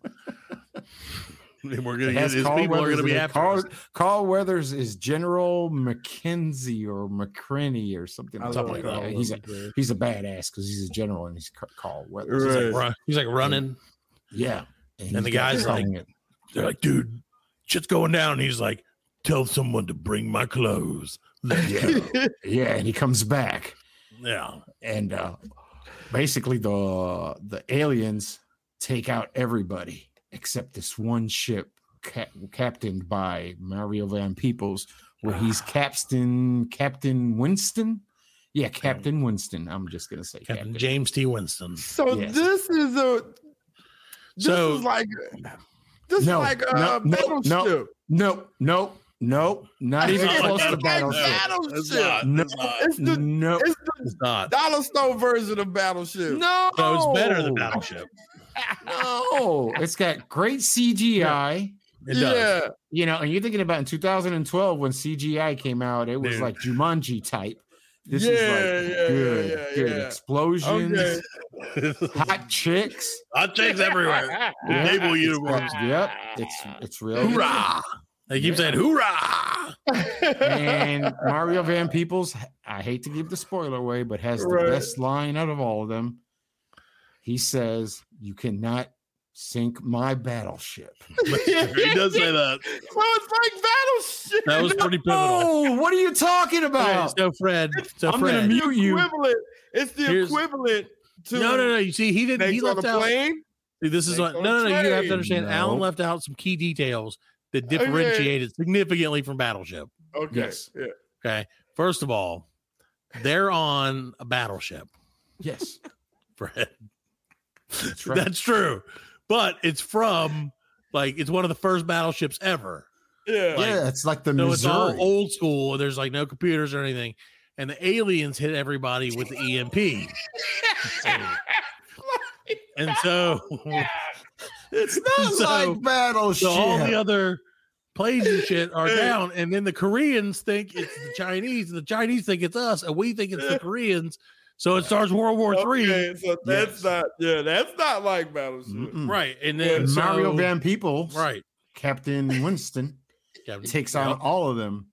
And we're gonna.
That's
His
Carl
people are
Weathers
gonna be
in it.
after
Carl,
us.
Carl Weathers is General McKenzie or McCrenny or something.
I
like
love
that.
Carl
Yeah, He's a
Weathers.
he's a badass because he's a general and he's Car- Carl Weathers. He's
Right.
like,
Run- He's like running,
yeah,
and the guy's like,
running it.
"They're like, dude, shit's going down." And he's like, "Tell someone to bring my clothes." Let's
Yeah.
go."
yeah, and he comes back.
yeah.
and uh, basically the the aliens take out everybody except this one ship cap- captained by Mario Van Peoples, where he's Captain Captain Winston. Yeah, Captain Winston. I'm just gonna say
Captain James T. Winston.
So
Yes.
this is a this
So-
is like this
No,
is like a
no, no, no.
battleship.
Nope, nope, nope. Not even
It's
close
not
to
like
battleship.
It's
Battleship.
not.
No,
It's not.
It's the
no,
it's the
It's not.
Dollar Snow version of Battleship.
no.
So it's better than Battleship.
No, it's got great CGI.
It does.
Yeah.
you know, and you're thinking about in 2012 when CGI came out, it was
Dude.
like Jumanji type. This
Yeah,
is
yeah,
like
yeah,
good,
yeah,
good
yeah.
explosions,
Okay.
hot chicks.
Hot chicks everywhere.
Yeah,
Naval
it's-
uniforms.
Yep, it's it's real.
Hoorah! They keep saying hoorah.
And Mario Van Peoples, I hate to give the spoiler away, but has the
Right.
best line out of all of them. He says, "You cannot sink my battleship."
he does say that.
So it's like Battleship.
That was pretty pivotal.
Oh, what are you talking
Okay,
about?
so Fred, so
I'm gonna
Fred.
mute you.
equivalent. It's the
Here's-
equivalent to
No, no, no. You see, he didn't. He
Snakes on
left
a
out.
plane.
See, this is
Snakes
what.
on
No, no,
a
no. You have to
plane.
understand. Alan
No.
left out some key details that
Okay.
differentiate it significantly from Battleship.
Okay.
Yes.
Yeah.
Okay. First of all, they're on a battleship,
Yes,
Fred.
that's right.
That's true, but it's from like it's one of the first battleships ever.
Yeah.
Like,
yeah, it's like the
No, it's
Missouri.
all old school. There's like no computers or anything. And the aliens hit everybody with E the EMP. and so,
It's not
So-
like battleship.
so all the other planes and shit are down. And then the Koreans think it's the Chinese, and the Chinese think it's us, and we think it's the Koreans. So it starts World War Three.
Okay, so that's
Yes.
not. Yeah, that's not like Battleship.
Mm-mm.
Right. And
Yeah,
then so-
Mario Van Peoples,
Right.
Captain Winston,
Yeah,
takes
yeah.
on all of them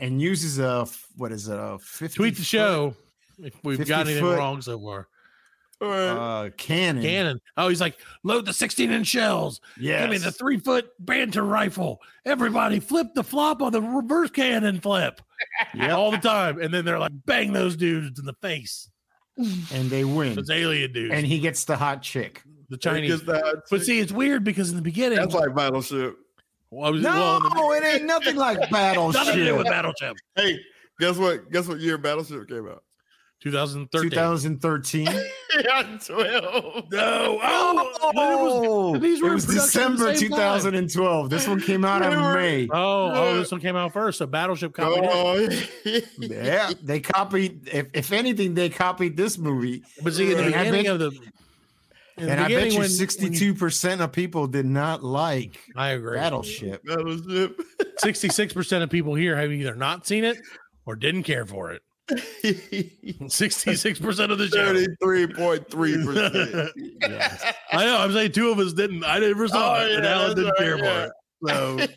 and uses a f- what is it a 50
Tweet the
foot,
show if we've
50
got anything
foot-
wrong so far.
All right.
uh, cannon.
Cannon. Oh, he's like, load the 16 inch shells.
Yes.
Give me the three foot banter rifle. Everybody flip the flop on the reverse cannon flip
Yep.
all the time. And then they're like, bang those dudes in the face.
and they win.
Those alien dudes,
And he gets the hot chick.
the
Because
Chinese.
that-
But see, it's weird because in the beginning,
that's like Battleship.
well, I was- well,
No,
in the-
it ain't nothing like
nothing to do with Battleship.
battleship.
Hey, guess what? Guess what year Battleship came out?
2013.
2013.
Oh,
Yeah, twelve.
No. Oh, but it was- these were
it
in production at
was
the
December
same time.
2012. This one came out
They
in
were-
May.
oh, oh, this one came out first. So Battleship copied it.
Oh,
Yeah, they copied. If, if anything, they copied this movie.
But see, in the
And I
beginning
bet-
of the In the
and I bet
beginning
you
when-
sixty-two percent of people did not like
I agree.
Battleship.
Battleship.
Sixty-six percent of people here have either not seen it or didn't care for it. Sixty-six percent of the show.
Thirty-three point three percent.
I know. I'm saying two of us didn't. I never saw
Oh,
it, and
yeah,
Alan
that's
didn't
right,
care
yeah.
for it.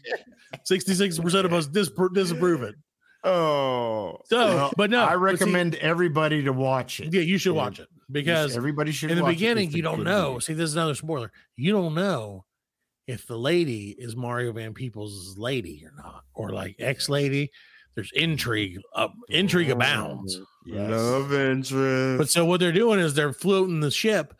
So, sixty-six percent of us dispro- disapprove it.
Oh,
So,
Well,
but no,
I
but see-
recommend everybody to watch it.
Yeah, you should watch it because
everybody should.
in the
watch it.
beginning
It's a
you don't
good
know.
movie.
See, this is another spoiler. You don't know if the lady is Mario Van People's lady or not, or like ex lady. There's intrigue, uh, intrigue abounds.
Mm-hmm.
Love interest.
But so what they're doing is they're floating the ship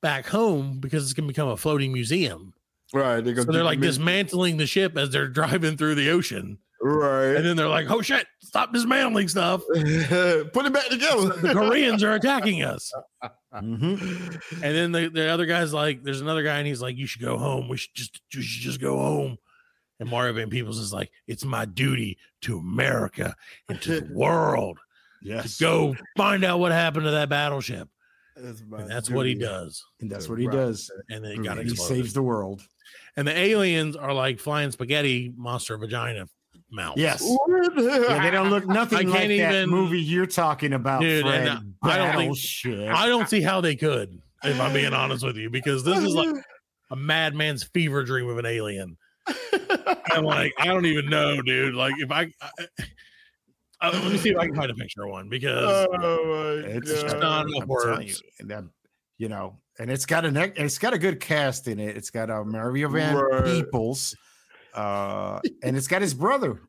back home because it's going to become a floating museum.
right. They're,
So
gonna
they're
do
like
the-
dismantling the ship as they're driving through the ocean, and
Right.
then they're like, "Oh shit, stop dismantling stuff!
Put it back
The
together. Mm-hmm.
Koreans are attacking us."
Mhm.
And then the, the other guy's like, there's another guy, and he's like, you should go home. We should just, you should just go home. And Mario Van Peebles is like, it's my duty to America and to the world
Yes,
to go find out what happened to that battleship.
That's, my
And that's what he
duty.
does.
and that's what he does.
And then it got
And he
exploded.
saves the world.
and the aliens are like flying spaghetti monster vagina mouth.
Yes, Yeah, they don't look nothing
I
like
can't
that
even-
movie you're talking about,
Dude,
Fred.
and I don't think-
Battleship.
I don't see how they could, if I'm being honest with you, because this is like a madman's fever dream of an alien. I'm like, I don't even know, dude. Like, if I, I, I- let me see if I can find a picture of one because
Oh my
it's
god.
just not enough
I'm telling
words.
You, and I'm- you know, and it's got an ex- it's got a good cast in it. It's got uh, Mario Van
Right.
Peoples, uh, and it's got his brother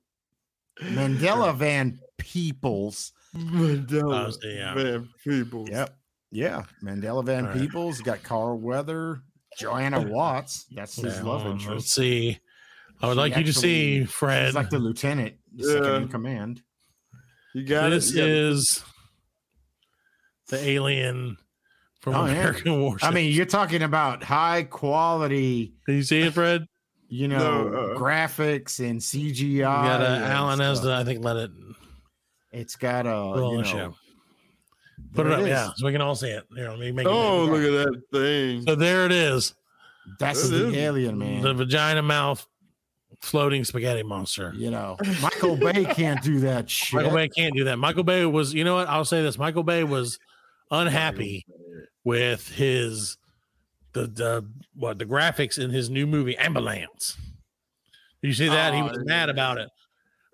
Mandela Van Peoples.
Mandela.
Oh,
Uh, so, yeah.
Man, people.
Yep, yeah, Mandela Van
All right.
Peoples got Carl Weather, Joanna Watts. That's his
Yeah,
love
hold on, let's
interest.
see. I would
She
like you to see,
actually-
Fred.
He's like the lieutenant, the second
Yeah.
in command.
You got
this
it. You got it.
is the alien from
Oh, yeah.
American Warship.
I mean, you're talking about high quality,
Did you see it, Fred?
you know,
uh,
graphics and CGI.
You got
and
uh, Alan has
stuff.
the, I think, let it
It's got a
roll
Uh, you
on the
know,
show. Put it
there
up,
is.
yeah, so we can all see it. Here, let me make it
Oh,
bigger.
look at that thing.
So there it is.
That's
There it
the
is.
alien man.
The vagina mouth floating spaghetti monster.
you know, Michael Bay can't do that shit.
Michael Bay can't do that. Michael Bay was, you know what? I'll say this. Michael Bay was unhappy with his the the what the graphics in his new movie Ambulance. Did you see that? he
Oh,
was mad about it.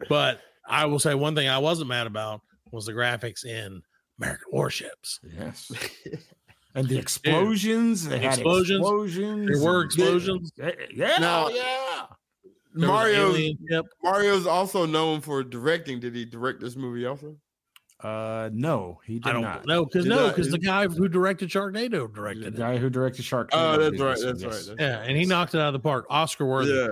But I will say one thing I wasn't mad about was the graphics in American Warships.
Yes. And the explosions, they had
Explosions.
explosions. Eh,
There were explosions.
Yeah, Oh,
Now-
yeah.
There was an
Mario's
alien ship.
Mario's also known for directing. Did he direct this movie also?
Uh, no, he did
I don't
not.
know because
Did
no,
I-
because the guy who directed Sharknado
The
directed it.
guy who directed Shark.
Oh, that's right. That's right. that's-
Yeah, and he knocked it out of the park. Oscar worthy.
Yeah,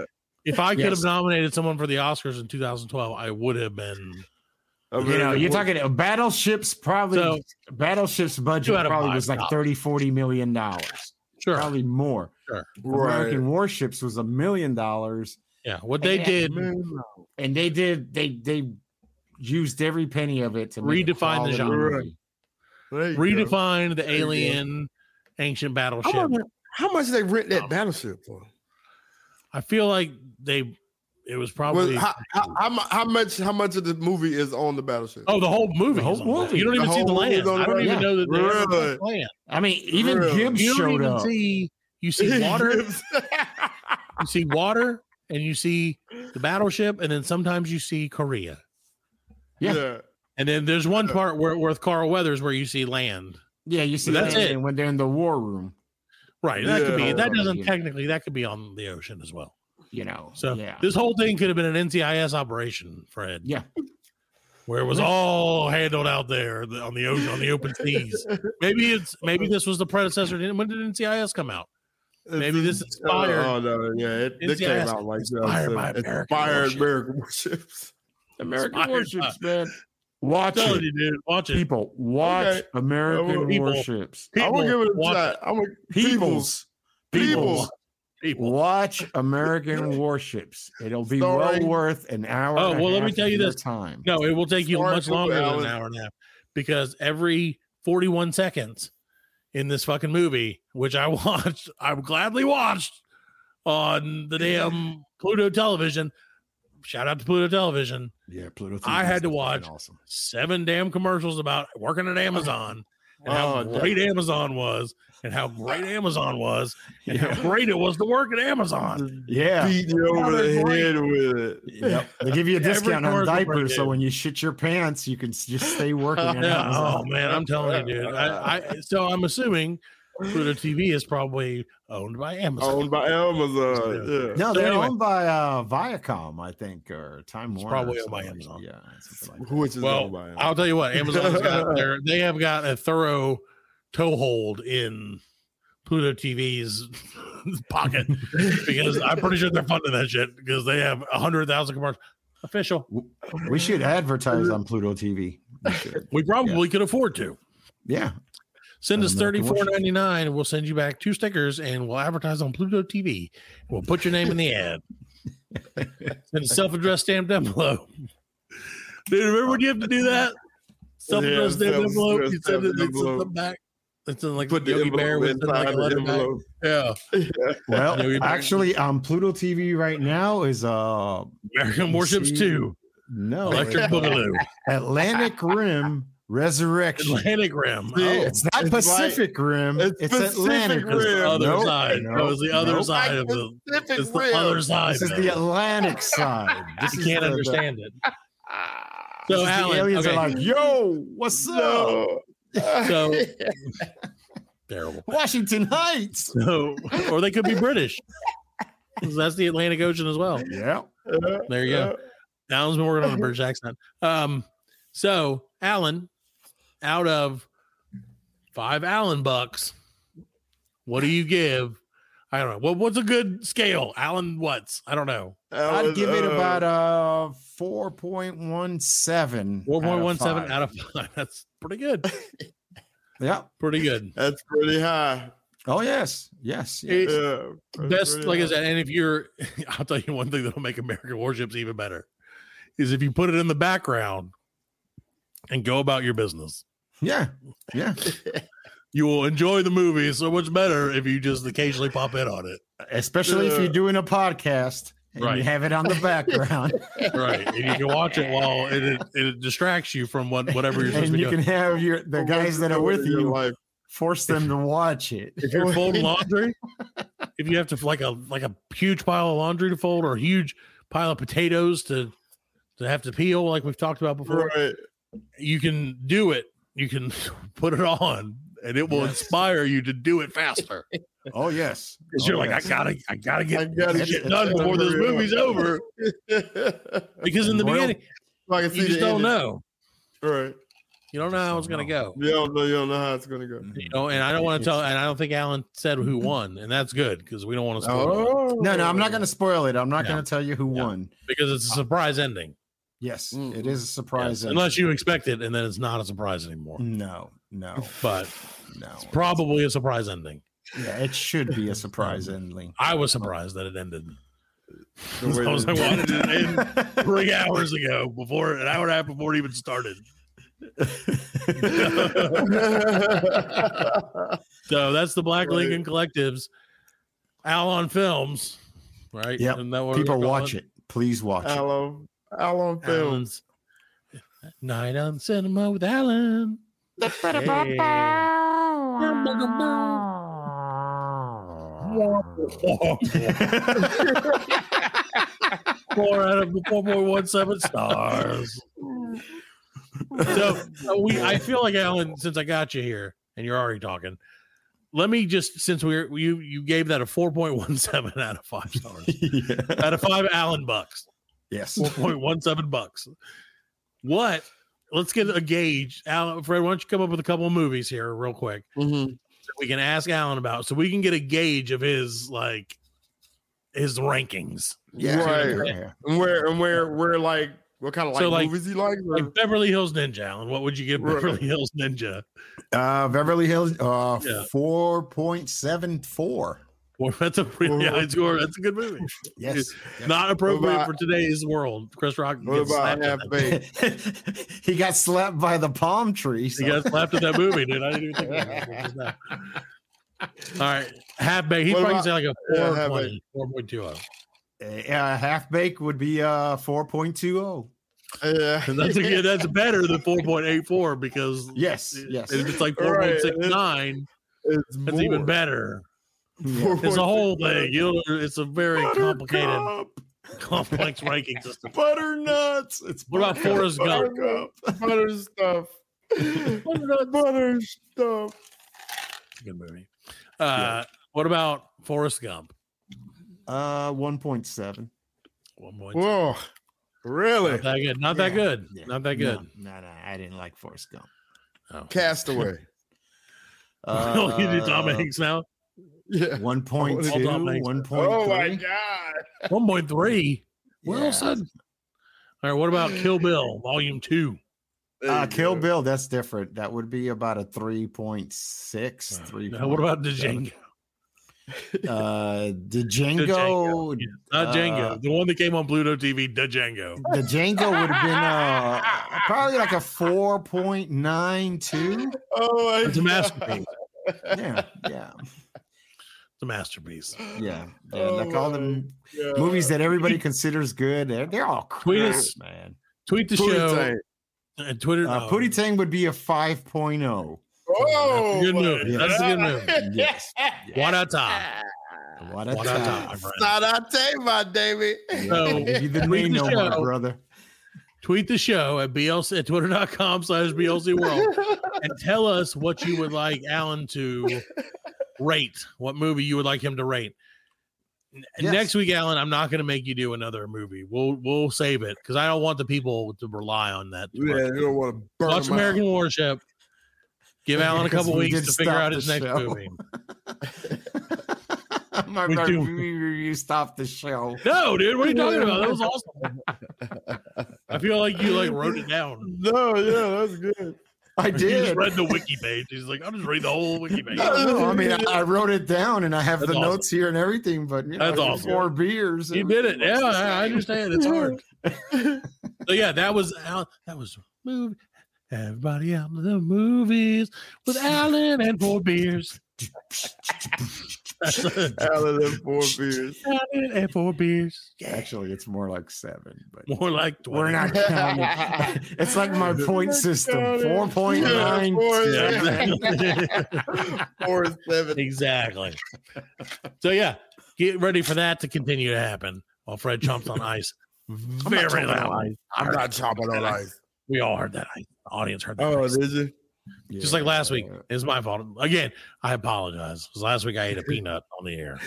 If I could
Yes.
have nominated someone for the Oscars in 2012, I would have been
You know,
American
you're
War-
talking battleships. Probably
So-
battleships budget
out of
probably
five
was like
dollars.
30 40 million dollars,
sure.
probably more.
right.
American warships was a million dollars,
Yeah, what they
Yeah.
did
and they did they they used every penny of it to make
Redefine
a
the
quality
genre.
movie.
There you go.
redefined the
you go.
alien ancient
I
battleship.
wonder How much did they rent that
Um,
battleship for?
I feel like they it was
Was,
probably
how, how, how mu- how much? How much of the movie is on the battleship?
oh the whole movie.
The whole
is on that.
movie.
You don't
The
even see the
whole movie
land.
is on
I don't
that.
even
Yeah.
know that they ever
Really?
built land.
I mean, even
Really?
Gibbs
You don't
showed
even
up.
see you see water,
Gibbs.
you see water, and you see the battleship, and then sometimes you see Korea.
Yeah.
And then there's one part where with Carl Weathers where you see land.
yeah, you see
That's
that
it.
and when they're in the war room,
Right. That could be
Yeah.
that doesn't
Yeah.
technically that could be on the ocean as well.
you know.
So
yeah,
this whole thing could have been an NCIS operation, Fred.
yeah,
where it was all handled out there the- on the ocean, on the open seas. Maybe it's maybe this was the predecessor. to- When did NCIS come out? Maybe this inspired-
Oh, no, yeah, it, this
NCIS
came out like that.
inspired
so
by American
inspired American
warship.
warships.
American
Inspired
warships, man. Watch
I'm telling
it,
you, dude, watch it.
people. Watch
Okay.
American
People.
warships.
I'm gonna give it a
watch
shot. I'm gonna
Peoples.
Peoples.
People.
Watch American warships. It'll be
Sorry.
well worth an hour.
Oh,
and a
well, let me
half
tell
of
you
your
this.
Time.
No, it will take you
Sorry,
much
Cooper
longer than an
Allen.
hour and a half because every 41 seconds in this fucking movie, which I watched, I gladly watched on the damn Pluto television. Shout out to Pluto television.
Yeah, Pluto.
I had to
TV.
watch seven damn commercials about working at Amazon and how
Oh, no.
great Amazon was and how great Amazon was and
Yeah.
how great it was to work at Amazon.
Yeah.
Beat you
Now
over the
they're great.
head with it.
Yep. They give you a
Every
discount on
commercial break
diapers, so
is.
when you shit your pants, you can s- just stay working. on
Yeah.
Amazon.
Oh man, I'm telling you, dude. I, I so I'm assuming Pluto TV is probably owned by Amazon.
Owned by Amazon. Yeah.
No,
So
they're
anyway.
owned by uh, Viacom, I think, or Time Warner.
probably
or
owned by
something.
Amazon.
Yeah. something like that.
Which is owned by
Well,
Amazon.
I'll tell you what, Amazon's got their they have got a thorough toehold in Pluto TV's pocket because I'm pretty sure they're funding that shit because they have hundred thousand commercials. Official,
We should advertise on Pluto TV. We should.
we probably could afford to
Yeah.
send us thirty
American
four ninety nine. We'll send you back two stickers and we'll advertise on Pluto TV. We'll put your name in the ad. Send a self addressed stamped envelope. Dude, remember when you have to do that? Self addressed
Yeah,
stamped envelope. You send
self-addressed
it they send
envelope.
them back. It's in like
Put the
Yogi Bear
envelope
with
inside
like a
the
letter back.
envelope.
Yeah.
Well,
Yogi Bear.
actually, on Pluto TV right now is uh
American
You
Warships
see-
2,
no
Electric
it's, uh,
Boogaloo,
Atlantic Rim Resurrection.
Atlantic Rim.
See,
Oh,
It's not
It's
Pacific Rim.
it's
It's,
Pacific
Atlantic
that's
Rim.
Rim.
the other
Nope.
side. That
Nope.
was the other
Nope.
side of the.
Pacific
It's the
Rim.
other side.
This is
man.
the Atlantic side. This
you
is
can't
the- the-
understand it.
this
So,
is the
Alan,
aliens
okay.
are like, "Yo, what's up,
No.
So terrible.
Washington Heights?"
So, or they could be British. That's the Atlantic Ocean as well.
Yeah.
There you
Uh,
go. Alan's been working on a British accent. Um, so Alan, out of five Alan bucks, what do you give? I don't know. What what's a good scale? Alan what's? I don't know.
I'd give
uh,
it about uh four point one seven.
Four point one seven out of five. That's pretty good.
yeah.
Pretty good.
That's pretty high.
Oh yes, yes.
It-
yes.
Yeah, that's
best
pretty
like I
high.
said, and if you're I'll tell you one thing that'll make American warships even better is if you put it in the background and go about your business.
yeah, yeah.
You will enjoy the movie so much better if you just occasionally pop in on it.
Especially if you're doing a podcast and
Right.
you have it on the background,
right and you can watch it while it it, it distracts you from what whatever you're supposed to
and
be
you
doing
can have your the guys that are with
Your
you
life.
force them to watch it.
if you're folding laundry if you have to like a like a huge pile of laundry to fold or a huge pile of potatoes to to have to peel like we've talked about before
Right.
you can do it you can put it on and it will inspire you to do it faster
Oh yes,
because
Oh,
you're like
yes.
i gotta i gotta
I
get
gotta
this
get
shit done before this movie's over because in the
Well,
beginning
I can see
you just
the ending.
don't know
Right.
you don't know how it's gonna go
You don't know. You don't know how it's gonna go.
You know, and I don't want to tell, and I don't think Alan said who won, and that's good because we don't want to spoil it
No, no, I'm not going to spoil it. I'm not
No.
going to tell you who
No.
won.
because it's a surprise ending.
Yes,
Mm.
it is a surprise.
Yes,
ending.
Unless you expect it, and then it's not a surprise anymore.
no, no,
But
no.
it's probably a surprise ending.
yeah, it should be a surprise ending.
I was surprised that it ended.
The way
I was
that-
like, why did it end three hours ago? Before an hour and a half before it even started. so that's the Black
Right.
Lincoln Collectives, Al on Films, right?
Yep.
Isn't that what
People
they're
watch
calling
it. Please watch it.
Alan, Alan Film.
Alan's Night on Cinema with Alan. four out of four point one seven stars. So uh, we, I feel like Alan, since I got you here and you're already talking, let me just since we're you you gave that a four point one seven out of five stars
Yeah.
out of five Alan bucks.
Yes.
four point one seven bucks. What? Let's get a gauge. Alan, Fred, why don't you come up with a couple of movies here, real quick,
Mm-hmm.
that we can ask Alan about, so we can get a gauge of his like his rankings.
Yeah.
Right.
yeah.
And where and where where like what kind of like,
So, like-
movies he likes? or-
Like Beverly Hills Ninja, Alan. What would you give Beverly Hills Ninja?
Uh, Beverly Hills, uh,
Yeah.
4.74.
Well, that's a pretty
What
high
about-
score. That's a good movie.
Yes.
It's
Yes.
Not appropriate
What about-
for today's world. Chris Rock
What
gets
about
slapped. at
Half
that-
Baked?
he got slapped by the palm tree.
He
so-
got slapped at that movie, dude. I didn't even think about that. Just now. All right. Half baked. He'd
What
probably
about-
say like a
Yeah, Half
420, 4.20.
Uh, half bake would be uh 4.20.
Yeah.
And that's again, that's better than 4.84 because
Yes, yes.
if it's like
Right.
4.69,
It's
that's even
more.
better.
Yeah.
It's a whole thing. You know, it's a very
Oh,
complicated,
Buttercup.
complex ranking system.
Butternuts. It's
What about Forrest Gump?
Buttercup. Butter stuff. Butter stuff.
It's a good movie. Uh, What about Forrest Gump?
Uh, 1.7.
One point.
Whoa. Really?
Not that good. Not that
Yeah,
good.
yeah.
Not that good.
No, no, no, I didn't like Forrest Gump.
Oh.
Castaway.
Oh, you did Tom
Uh,
Hanks now.
Yeah.
One point two,
All Tom Hanks.
one point
Oh my
three.
God.
One point three. Wilson. All right. What about Kill Bill Volume Two?
There
Uh,
you
Kill
go.
Bill, that's different. That would be about a 3.6. Three.
Now, what about Django?
uh, the
Django,
Django?
Yeah, Not Django.
uh,
the one that came on Pluto TV. The Django.
The Django would have been uh, probably like a 4.92.
Oh my
It's a
God.
masterpiece.
Yeah, yeah,
It's a masterpiece.
yeah. yeah
Oh
like all the
my
m-
God.
movies that everybody considers good, they're, they're all
Tweet
crap,
us.
man.
Tweet the
Pootie
show
Tang.
and Twitter.
Uh,
oh,
Pootie Tang would be a 5.0.
Oh,
Good
my
movie. That's a good
God.
movie.
Yes.
One out of time.
What a
One out of time, my
time.
friend.
Sadate, my baby. Oh.
So,
you didn't
tweet the
know my
show.
brother.
tweet the show at blc at twitter.com slash blc world and tell us what you would like alan to rate what movie you would like him to rate N-
Yes.
next week alan i'm not going to make you do another movie we'll we'll save it because i don't want the people to rely on that too
Yeah,
much.
you don't want to burn
watch
them out.
american warship give alan a
Because
couple
we
weeks
did
to figure
stop
out his
the
next
show.
movie
my
We
brother,
do.
we, we- we stopped the show.
no dude what are you talking about that was awesome i feel like you like wrote it down
No, yeah, that's good.
I
He just
did.
read the wiki page. He's like, I'll just read the whole wiki page.
No, no, I mean, I, I wrote it down and I have
That's
the
awesome.
notes here and everything, but you know,
That's
I did
awesome.
four beers.
You
and-
did it. Yeah, I I understand. It's hard. so yeah, that was Al. That was movie. Everybody out to the movies with Alan and four beers. That's it.
Alan and four beers.
Alan and four beers.
Actually, it's more like seven, but
More like 20.
we're not counting. it's like my point system
Four
4.9.
Yeah, exactly.
Four and seven.
exactly. So yeah, get ready for that to continue to happen while Fred chomps on ice. Very
chomping on
loud.
I'm not chopping on ice.
We all heard that. ice. The audience heard that.
Oh,
ice.
did you?
just like last week. It's my fault. Again, I apologize. 'cause last week I ate a peanut on the air.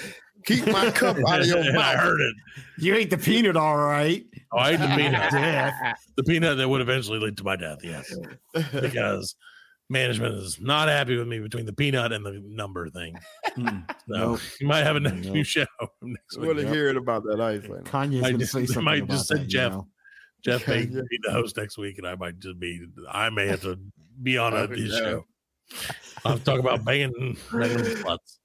Keep my cup out of your
And I
mouth.
heard it.
You ate the peanut, all right.
Oh, I ate the peanut.
Death.
the peanut that would eventually lead to my death. Yes. Because management is not happy with me between the peanut and the number thing.
Mm.
So
Nope.
you might have a next
Nope.
new show next
want
week.
to hear it about that ice right now.
Kanye's
I
going to
just-
say
they
something.
might
about
just said
that, you
Jeff.
know.
Jeff may
Yeah.
be the host next week, and I might just be I may have to be on a
Oh,
his
no.
show. I'll talk about banging banging sluts.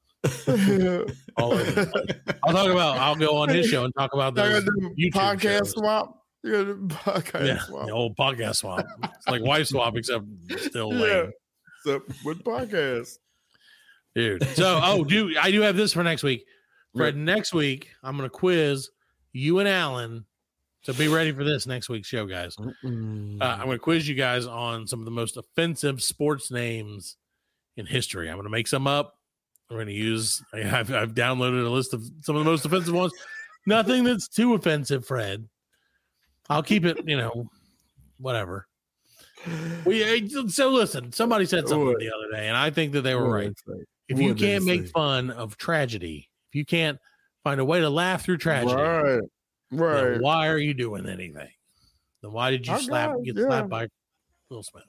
All over the place. I'll talk about. I'll go on his show and talk about
Y'all
those
gonna do
YouTube
podcast
shows.
swap? You gonna do podcast
Yeah,
swap?
the old podcast swap. It's like wife swap, except still
Yeah.
lame.
Except with podcast.
dude. So, oh, do I do have this for next week, Fred? Next week, I'm gonna quiz you and Alan. So be ready for this next week's show, guys. Uh, I'm gonna quiz you guys on some of the most offensive sports names in history. I'm gonna make some up. We're gonna use. I- I've, I've downloaded a list of some of the most offensive ones. Nothing that's too offensive, Fred. I'll keep it. You know, whatever. We uh, so listen. Somebody said something
What?
the other day, and I think that they were
What
right
is that?
if you
What did
can't
it
make
say?
fun of tragedy, if you can't find a way to laugh through tragedy,
Right.
then
Right.
why are you doing anything? Then why did you
I
slap
got it,
get
yeah.
slapped by Will Smith?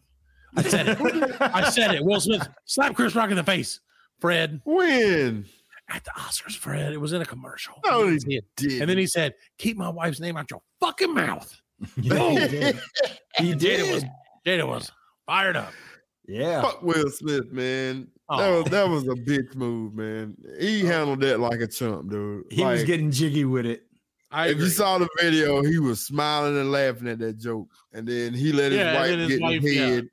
I said it. I said it. Will Smith slap Chris Rock in the face. Fred
When?
at the Oscars. Fred, it was in a commercial.
No,
You
he
see it.
Did.
and then he said, "Keep my wife's name out your fucking mouth."
Yeah, he did. He
Jada
did.
was Jada was fired up. Oh,
Yeah.
Fuck Will Smith, man. That was, that was a bitch move, man. He handled that like a chump, dude.
He was
Like,
getting jiggy with it.
if you saw the video, he was smiling and laughing at that joke, and then he let his
Yeah, and
wife
then his
get in
wife-
his
yeah. Oh.
head.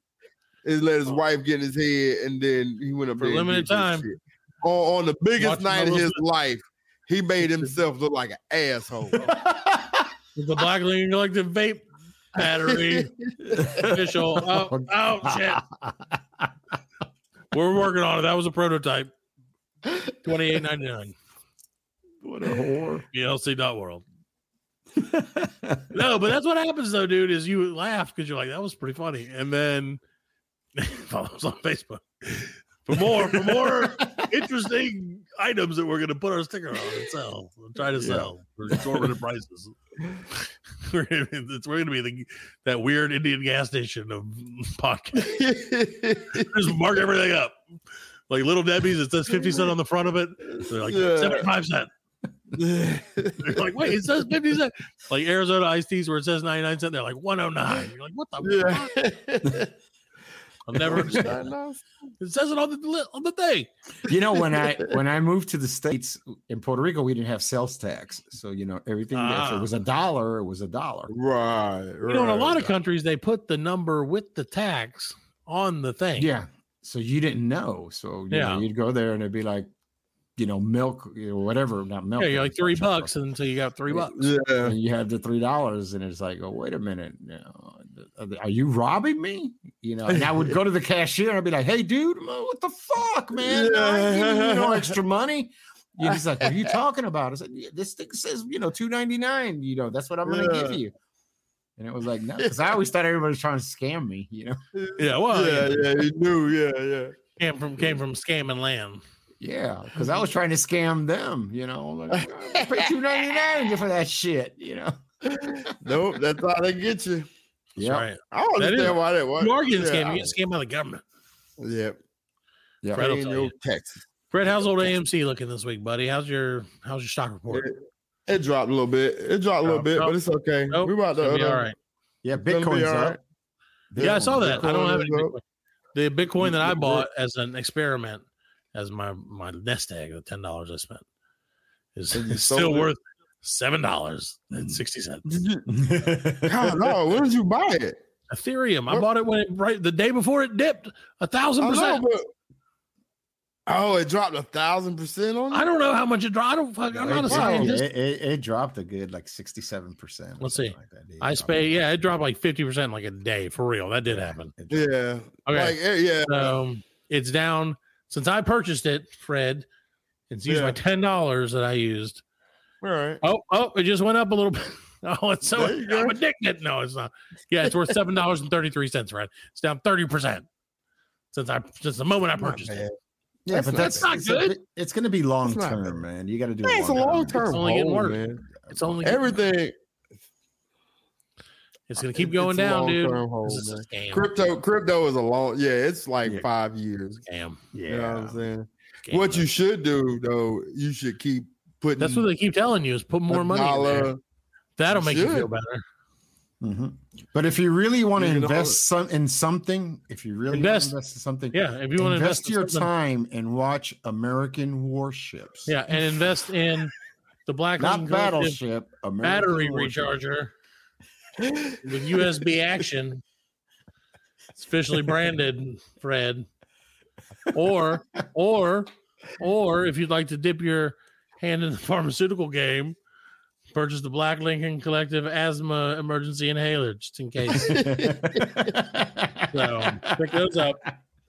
He let his wife get in his head, and then he went up
For
there and did
limited
this
time.
shit. On, on the biggest
Watching
night of
Melrose
his life, he made himself look like an asshole.
the Black Lincoln Collective vape battery official. Oh, oh shit. We're working on it. That was a prototype. Twenty eight ninety nine.
What a whore.
BLC.world. no, but that's what happens though, dude, is you laugh because you're like, that was pretty funny. And then follow us on Facebook. For more, for more interesting items that we're gonna put our sticker on and sell. and Try to
Yeah.
sell for exorbitant prices. We're gonna, be- it's, we're gonna be the, that weird Indian gas station of podcasts. Just mark everything up. Like little Debbie's, it says 50 cent on the front of it. They're like
Yeah.
75 cent. They're like, wait, it says 50 cent. Like Arizona iced teas where it says 99 cent, they're like 109. You're like, what the
Yeah.
fuck? I'll never understand. It says it on the li- on the thing.
You know, when I when I moved to the states in Puerto Rico, we didn't have sales tax, so you know everything. If
Ah.
it was a dollar, it was a dollar.
right, right.
You know, in a lot of countries, they put the number with the tax on the thing.
Yeah. So you didn't know. So you know,
Yeah.
you'd go there and it'd be like, you know, milk, you know, whatever, not milk.
Yeah, you're like
it's
three
not chocolate.
bucks, and so you got three bucks.
Yeah.
And you had the three dollars, and it's like, oh, wait a minute, now, are you robbing me? You know, and I would go to the cashier and I'd be like, hey, dude, what the fuck, man? I ain't giving you no extra money. You just like, what are you talking about? I said, "Yeah, this thing says, you know, two ninety nine. You know, that's what I'm going to give
Yeah.
you. And it was like, no, because I always thought everybody was trying to scam me. You know,
Yeah, well,
yeah,
yeah.
yeah, he knew, yeah, yeah.
Came from came from scamming land.
yeah, because I was trying to scam them. You know, like "Oh, pay two ninety nine for that shit. You know,
Nope, that's how they get you.
That's
yeah,
right.
I don't
That
understand
is-
why that was.
You are getting
yeah,
scammed.
I-
You get scammed by the government.
Yep.
yeah.
Fred'll
Paying
tell
your
you.
taxes.
Fred, how's old AMC looking this week, buddy? How's your how's your stock report?
It, it dropped a little bit. It dropped a little
Oh,
bit,
nope.
but it's okay.
Nope,
we about
it's gonna
to uh,
be all right.
Yeah,
it's gonna be
Bitcoin's
all
up.
right.
Yeah, I saw
Bitcoin
that. I don't have
is
any
up.
Bitcoin. The Bitcoin that I
Bitcoin
bought
is
as an experiment, as my my nest egg, the ten dollars I spent, is
And you
is still
sold it. Mm.
worth seven dollars and sixty cents.
God, no, when did you buy it?
Ethereum, I
What-
bought it when it right the day before it dipped a thousand
I know,
percent.
but, oh, it dropped a thousand percent on
I
it.
don't know how much it dropped. I don't. fuck- I'm not a scientist.
It, it- it dropped a good like sixty seven percent.
Let's see. I spay. Yeah, it dropped like fifty percent like a day for real. That did happen.
Yeah.
Okay.
Like, eh, yeah.
So it's down since I purchased it, Fred. It's used
Yeah.
my ten dollars that I used.
All right.
Oh, oh, it just went up a little bit. Oh, it's so
There you go.
I'm addicted. No, it's not. Yeah, it's worth seven dollars and thirty three cents, Fred. It's down thirty percent since I since the moment I
Not
purchased
bad.
it.
yeah,
That's
but
not
that's
bad.
it's a- it's going to be long
not
term, man. You got to do.
Man, it's a long term
It's only getting
hold,
worse.
man.
It's only
Everything
It's gonna keep
it-
going
it's a
down, dude.
long-term hold,
this is a scam.
crypto crypto is a long yeah, it's like
Yeah.
five years.
scam.
You
Yeah,
know what I'm saying?
Scam.
what you should do though, you should keep putting
That's what they keep telling you is put more
a
money. In there.
dollar-
That'll
You
make you feel
should.
better.
Mhm. But if you really want to
You know-
invest some in something, if you really wanna
Invest.
invest in something,
Yeah, if you
invest,
want to invest in
your
something-
time and watch American warships.
Yeah, and invest in the Black
not
Lincoln Collective
battleship. American
battery
warship.
recharger with USB action. It's officially branded, Fred. Or or or if you'd like to dip your hand in the pharmaceutical game, purchase the Black Lincoln Collective asthma emergency inhaler just in case. So pick those up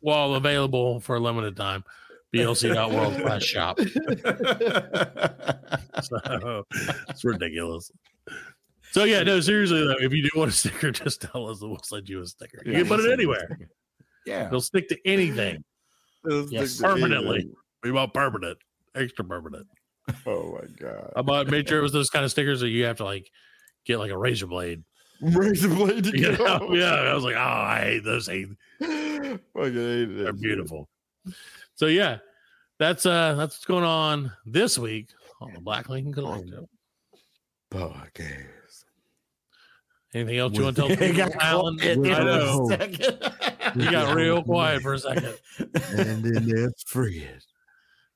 while available for a limited time. BLC.world slash shop. So it's ridiculous. So yeah, no, seriously though, if you do want a sticker, just tell us and we'll send you a sticker. You
Yeah,
can put
we'll
it
send you a
anywhere.
sticker. Yeah.
They'll stick to anything.
It's
Yes.
like the-
Permanently. We want permanent, extra permanent.
Oh my god.
I bought made sure it was those kind of stickers that you have to like get like a razor blade.
Razor blade to
You
get
know?
off.
Yeah. I was like, oh, I hate those. Hate
Fucking hate
They're
that shit.
beautiful. So yeah, that's uh that's what's going on this week on the Black Lincoln Collective.
Podcast.
Anything else you want to tell people, Alan?
It-
I know.
it-
You got real quiet for a second.
and then there's Fred.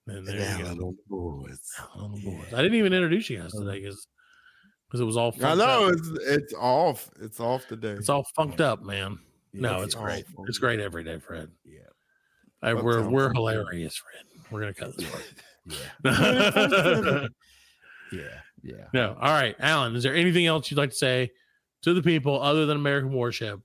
And
there
there
Alan
you go. Oh,
on the boards.
on the boards. I didn't even introduce you guys today because it was all.
Oh. I
funked
know
up.
it's it's off. It's off today.
It's all funked up, man. no,
Yeah,
it's
it's
great.
awful.
It's great every day, Fred.
Yeah.
I,
Fuck
we're
Tom
we're
Ford.
hilarious, Fred. We're gonna cut this
Yeah.
part.
Yeah, yeah.
no, all right, Alan. Is there anything else you'd like to say to the people other than American Warship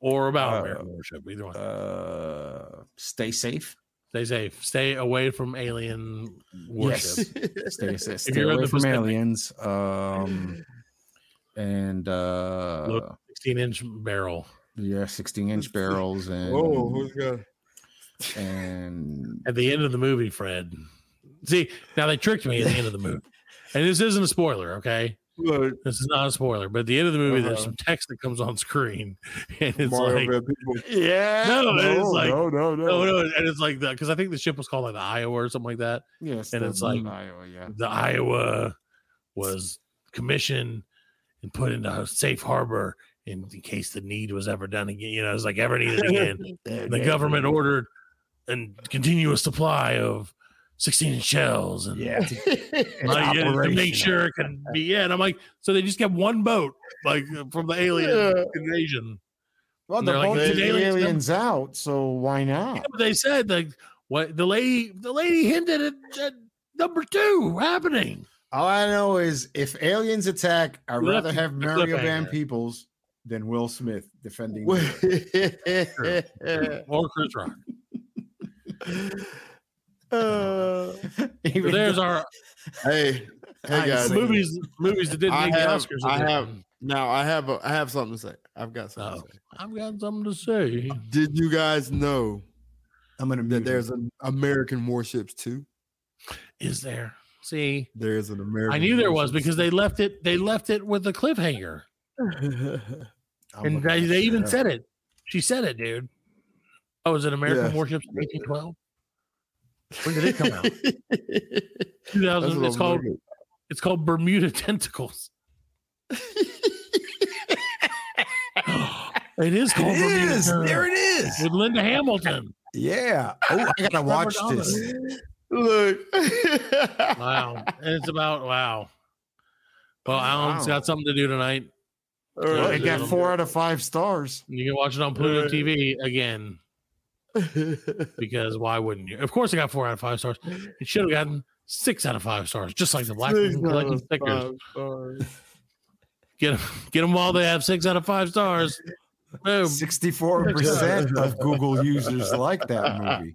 or about
Uh,
American Warship? Either one.
Uh, stay safe.
Stay safe. Stay away from alien warship.
Yes. stay safe.
If
Stay
you're in
away
the
from
Pacific.
aliens. Um, and uh,
Look, Sixteen inch barrel.
yeah, sixteen inch barrels and
Whoa, who's got
and
at the end of the movie, Fred. See, now they tricked me at the end of the movie. And this isn't a spoiler, okay?
look,
This is not a spoiler, but at the end of the movie, there's
Uh-huh.
some text that comes on screen. And it's
Mario
like,
Van Peebles.
yeah,
no, and it's like, no,
no, no,
no, And it's like, because I think the ship was called like the Iowa or something like that.
Yes,
and
the-
it's like-
Iowa, yeah,
The Iowa was commissioned and put into a safe harbor in, in case the need was ever done again. You know, it's like ever needed again. the government ordered and continuous supply of 16 inch shells and
Yeah,
like, yeah, to make
Operational.
sure it can be yeah. And I'm like, so they just got one boat like uh, from the alien
Yeah.
invasion.
Well,
And
the
they're like,
boat
"These
took the
aliens
aliens,
come-"
out, so why
Yeah,
not?
but they said like what the lady the lady hinted at, at number two happening.
All I know is if aliens attack, I'd
Cliff-
rather have Mario Van
cliffhanger.
Peoples than Will Smith defending.
Wait.
Or Chris Rock.
Uh,
So there's our
hey, hey guys.
movies movies that didn't
I
make
have-
the Oscars.
I have- Now I have a, I have something to say. I've got something
Oh.
to say.
I've got something to say.
Did you guys know
I'm gonna
that
mute
there's an American warships too?
Is there? See,
There's an American.
I knew there was because they left it. They left it with a cliffhanger,
because
and they, they even said it. She said it, dude. Oh, is it American
Yeah.
Warships 1812? When did it come out? 2000. It's called It's called Bermuda Tentacles. it is called Bermuda Tentacles
it is.
with Linda Hamilton.
Yeah. Oh, I gotta watch this.
Look.
Wow. And it's about wow. Well, Alan's
Wow.
got something to do tonight.
All
Well,
right.
it got four out of five stars.
You can watch it on Pluto TV again because why wouldn't you? Of course, it got four out of five stars. It should have gotten six out of five stars, just like the Black
Six
Women
out
collecting
of
stickers.
five stars.
Get them, get them while they have six out of five stars. Boom.
Sixty-four percent of Google users like that movie.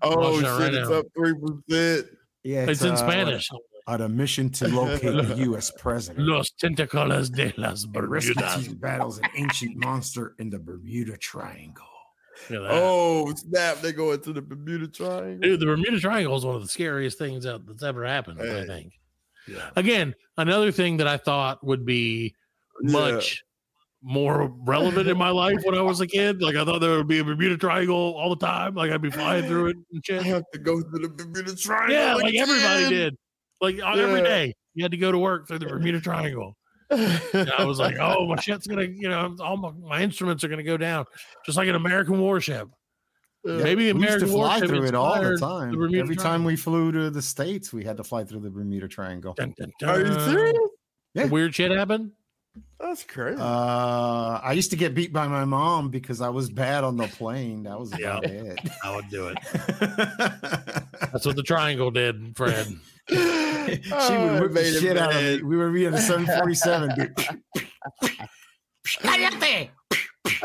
Oh
watching
shit!
it right
it's
now.
up three percent.
Yeah,
It's in
uh,
Spanish.
On a mission to locate the U.S. president.
Los tentacolas de las Bermudas.
Rasputin battles an ancient monster in the Bermuda Triangle.
Look at that.
Oh snap! They go into the Bermuda Triangle.
Dude, the Bermuda Triangle is one of the scariest things that, that's ever happened, I
Hey.
think.
Yeah.
Again, another thing that I thought would be
Yeah.
much more relevant in my life when I was a kid. Like, I thought there would be a Bermuda Triangle all the time. Like, I'd be flying through it and
I
shit.
have to go to the Bermuda Triangle.
Yeah, like everybody
again.
did. Like, on every
Yeah.
day, you had to go to work through the Bermuda Triangle. And I was like, oh, my shit's going to, you know, all my, my instruments are going to go down, just like an American warship. Maybe
we used to
American
fly
warship
through it all the
inspired the
time.
Bermuda
Every time we flew to the states, we had to fly through the Bermuda Triangle.
Dun, dun,
Are you
dun.
serious?
Yeah.
Weird shit happened.
That's crazy.
Uh, I used to get beat by my mom because I was bad on the plane. That was
Yeah.
about it.
I would do it. That's what the triangle did, Fred.
she
she
Oh,
would whip the shit out of me. We were being a 747. dude.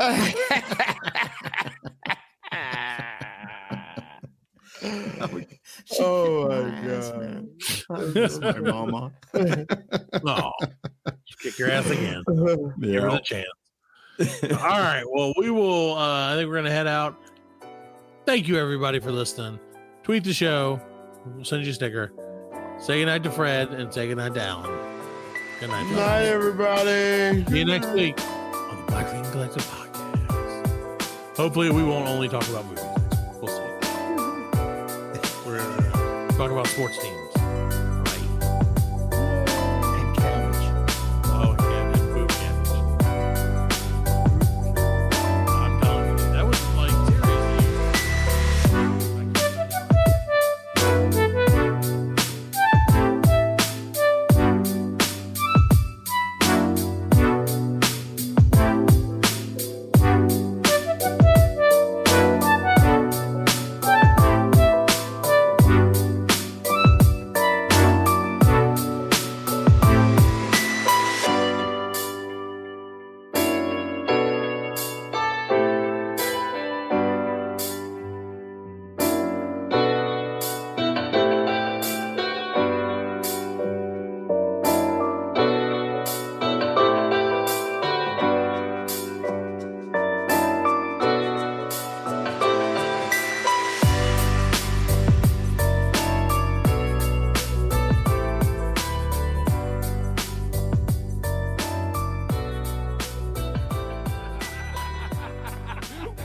Oh, She
Oh
kicked
my
ass,
God.
man. That's my mama.
Oh, kick your ass again. Give her
Yeah.
the chance. All right. Well, we will. Uh, I think we're gonna head out. Thank you, everybody, for listening. Tweet the show. We'll send you a sticker. Say goodnight to Fred and say goodnight to Alan. Good night.
Good
fellas.
night, everybody.
See you next week on the Black Lightning Collective podcast. Hopefully, we won't only talk about movies. We'll see. We're gonna talk about sports teams. Right.
And cabbage.
Oh, yeah, and food cabbage. I'm telling you, that was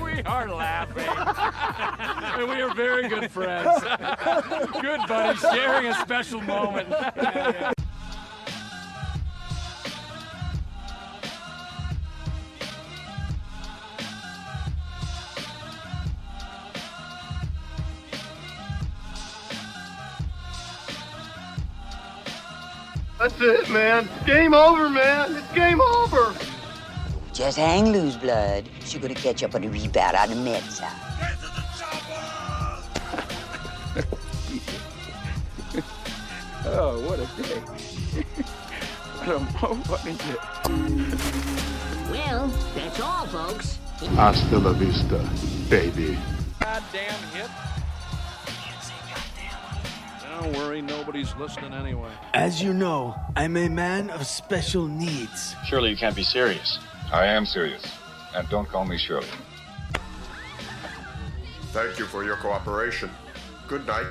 we are laughing. and we are very good friends. good buddies, sharing a special moment.
That's it, man. Game over, man. It's game over.
Just hang loose, blood. She's gonna catch up on the rebound on the mid side.
Oh, what a day. what a moment.
Well, that's all, folks.
Hasta la vista, baby.
Goddamn hip.
Don't worry, nobody's listening anyway.
As you know, I'm a man of special needs.
Surely you can't be serious.
I am serious. And don't call me Shirley.
Thank you for your cooperation. Good night.